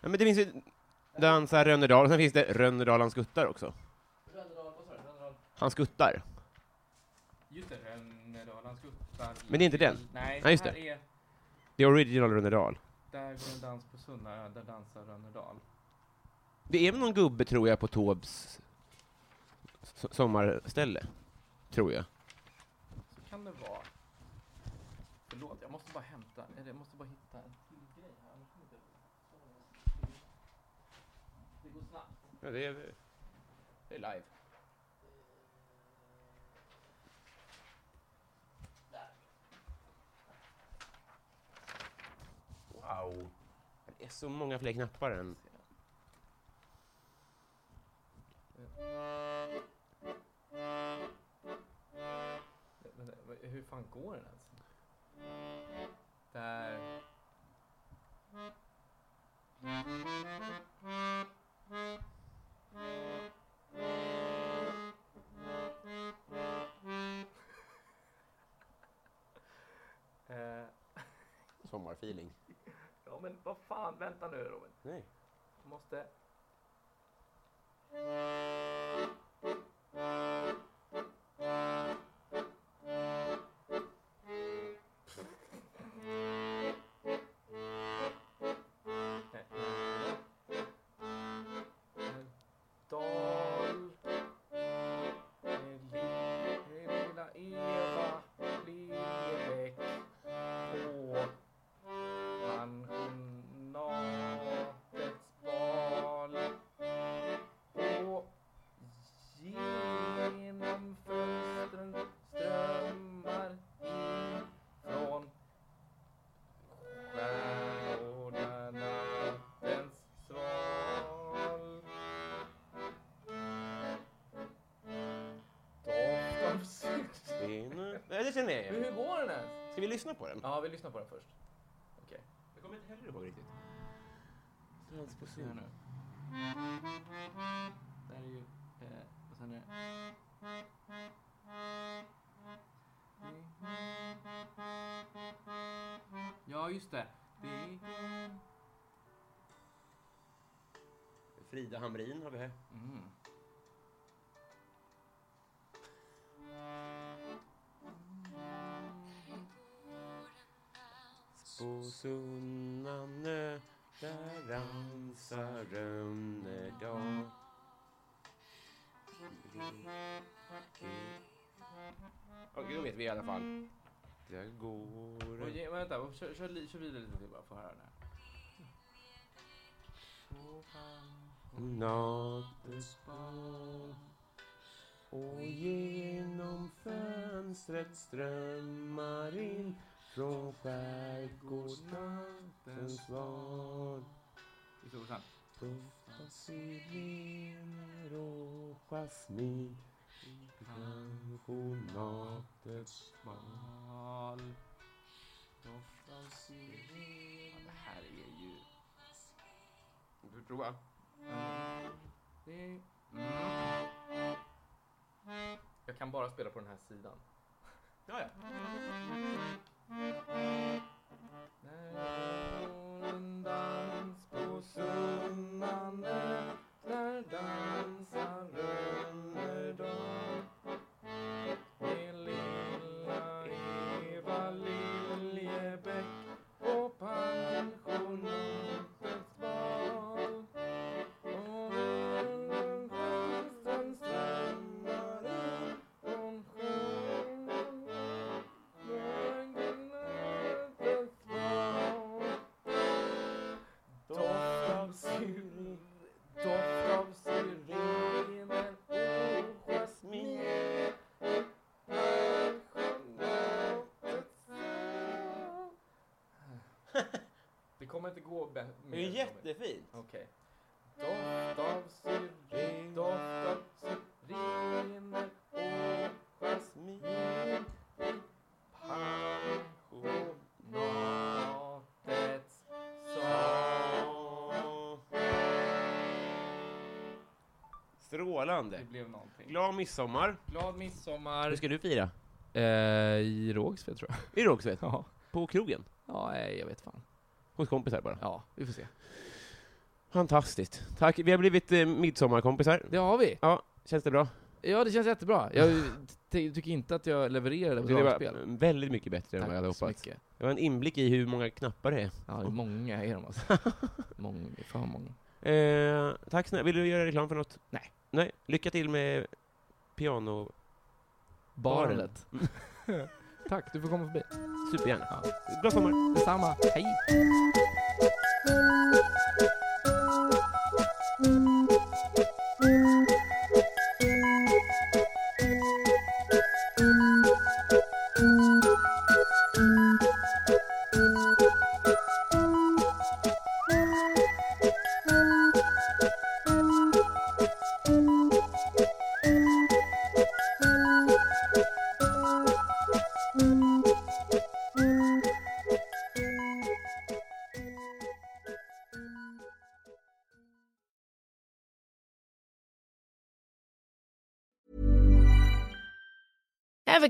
Ja, men det finns ju Dansa Rönnerdal, och sen finns det Rönnerdal han skuttar också. Rönnerdal, vad sa du? Rönnerdal? Han skuttar. Just det, Rönnerdal. Han skuttar. i- Men det är inte den. Nej, Nej, just här det. är Det är original Rönnerdal. Där går en dans på Sunna, där dansar Rönnerdal. Det är väl någon gubbe, tror jag, på Tobs s- sommarställe. Tror jag. Så kan det vara. Förlåt, jag måste bara hämta, eller jag måste bara hitta en till grej här. annars kommer inte- Det går snabbt. Ja, det är, Det är live. wow. Det är så många fler knappar än... Men, men, hur fan går den ens? Där. Eh, Sommarfeeling. ja men vad fan, vänta nu Robin. Nej. Du måste... Dal... Lilla Eva Lerbäck på pensionatets bal och genom fönstren strömmar in från stjärnornattens sval Doft av sylt. Vinner. Nej, det känner jag Men igen. Hur går den ens? Ska vi lyssna på den? Ja, vi lyssnar på den först. Okej. Jag kommer inte heller ihåg riktigt. se här nu. Där är ju... Eh, och sen är det... Ja, just det. Det är... Frida Hamrin har vi här. Mm. På Sunnanö där dansar Rönnerdag Okej, då vet vi i alla fall. Där går Och en ge, vänta, kör, kör, li- kör vidare lite till bara för att höra den här. nattesbad och genom fönstret strömmar in från skärgårdsnattens val Vi tror sen. Doftar sirener och jasmin i pensionatets bad. Mal. Doft av siren. Ja, Det här är ju... Du prova. Det... Mm. Jag kan bara spela på den här sidan. Ja, ja. När solen dans på Sunnanö Där dansar Rönnerdag Med lilla Eva Liljebäck På pensionatets bal Och genom fönstren strömmar in från stjärnorna Doft av syren, doft av syrener och jasmin Det kommer inte gå bättre. Det är jättefint. Okej. Doft av syren, doft av syrener och jasmin Pensionatets sal Det Strålande. blev någonting. Glad midsommar. Glad midsommar. Hur ska du fira? Eh, I Rågsved tror jag. I Rågsved? Ja. På krogen? Ja, nej, jag vet fan. Hos kompisar bara? Ja, vi får se. Fantastiskt. Tack. Vi har blivit eh, midsommarkompisar. Det har vi. Ja, känns det bra? Ja, det känns jättebra. Jag ty- tycker inte att jag levererade på Det dragspel. var väldigt mycket bättre än vad jag hade Tack så hoppats. mycket. Det var en inblick i hur många knappar det är. Ja, det är många är de alltså. många, det är för många. Eh, tack snälla. Vill du göra reklam för något? Nej. Nej. Lycka till med piano... Barnet. Tack, du får komma förbi. Supergärna. Ja. Glad sommar! Detsamma, hej! Ever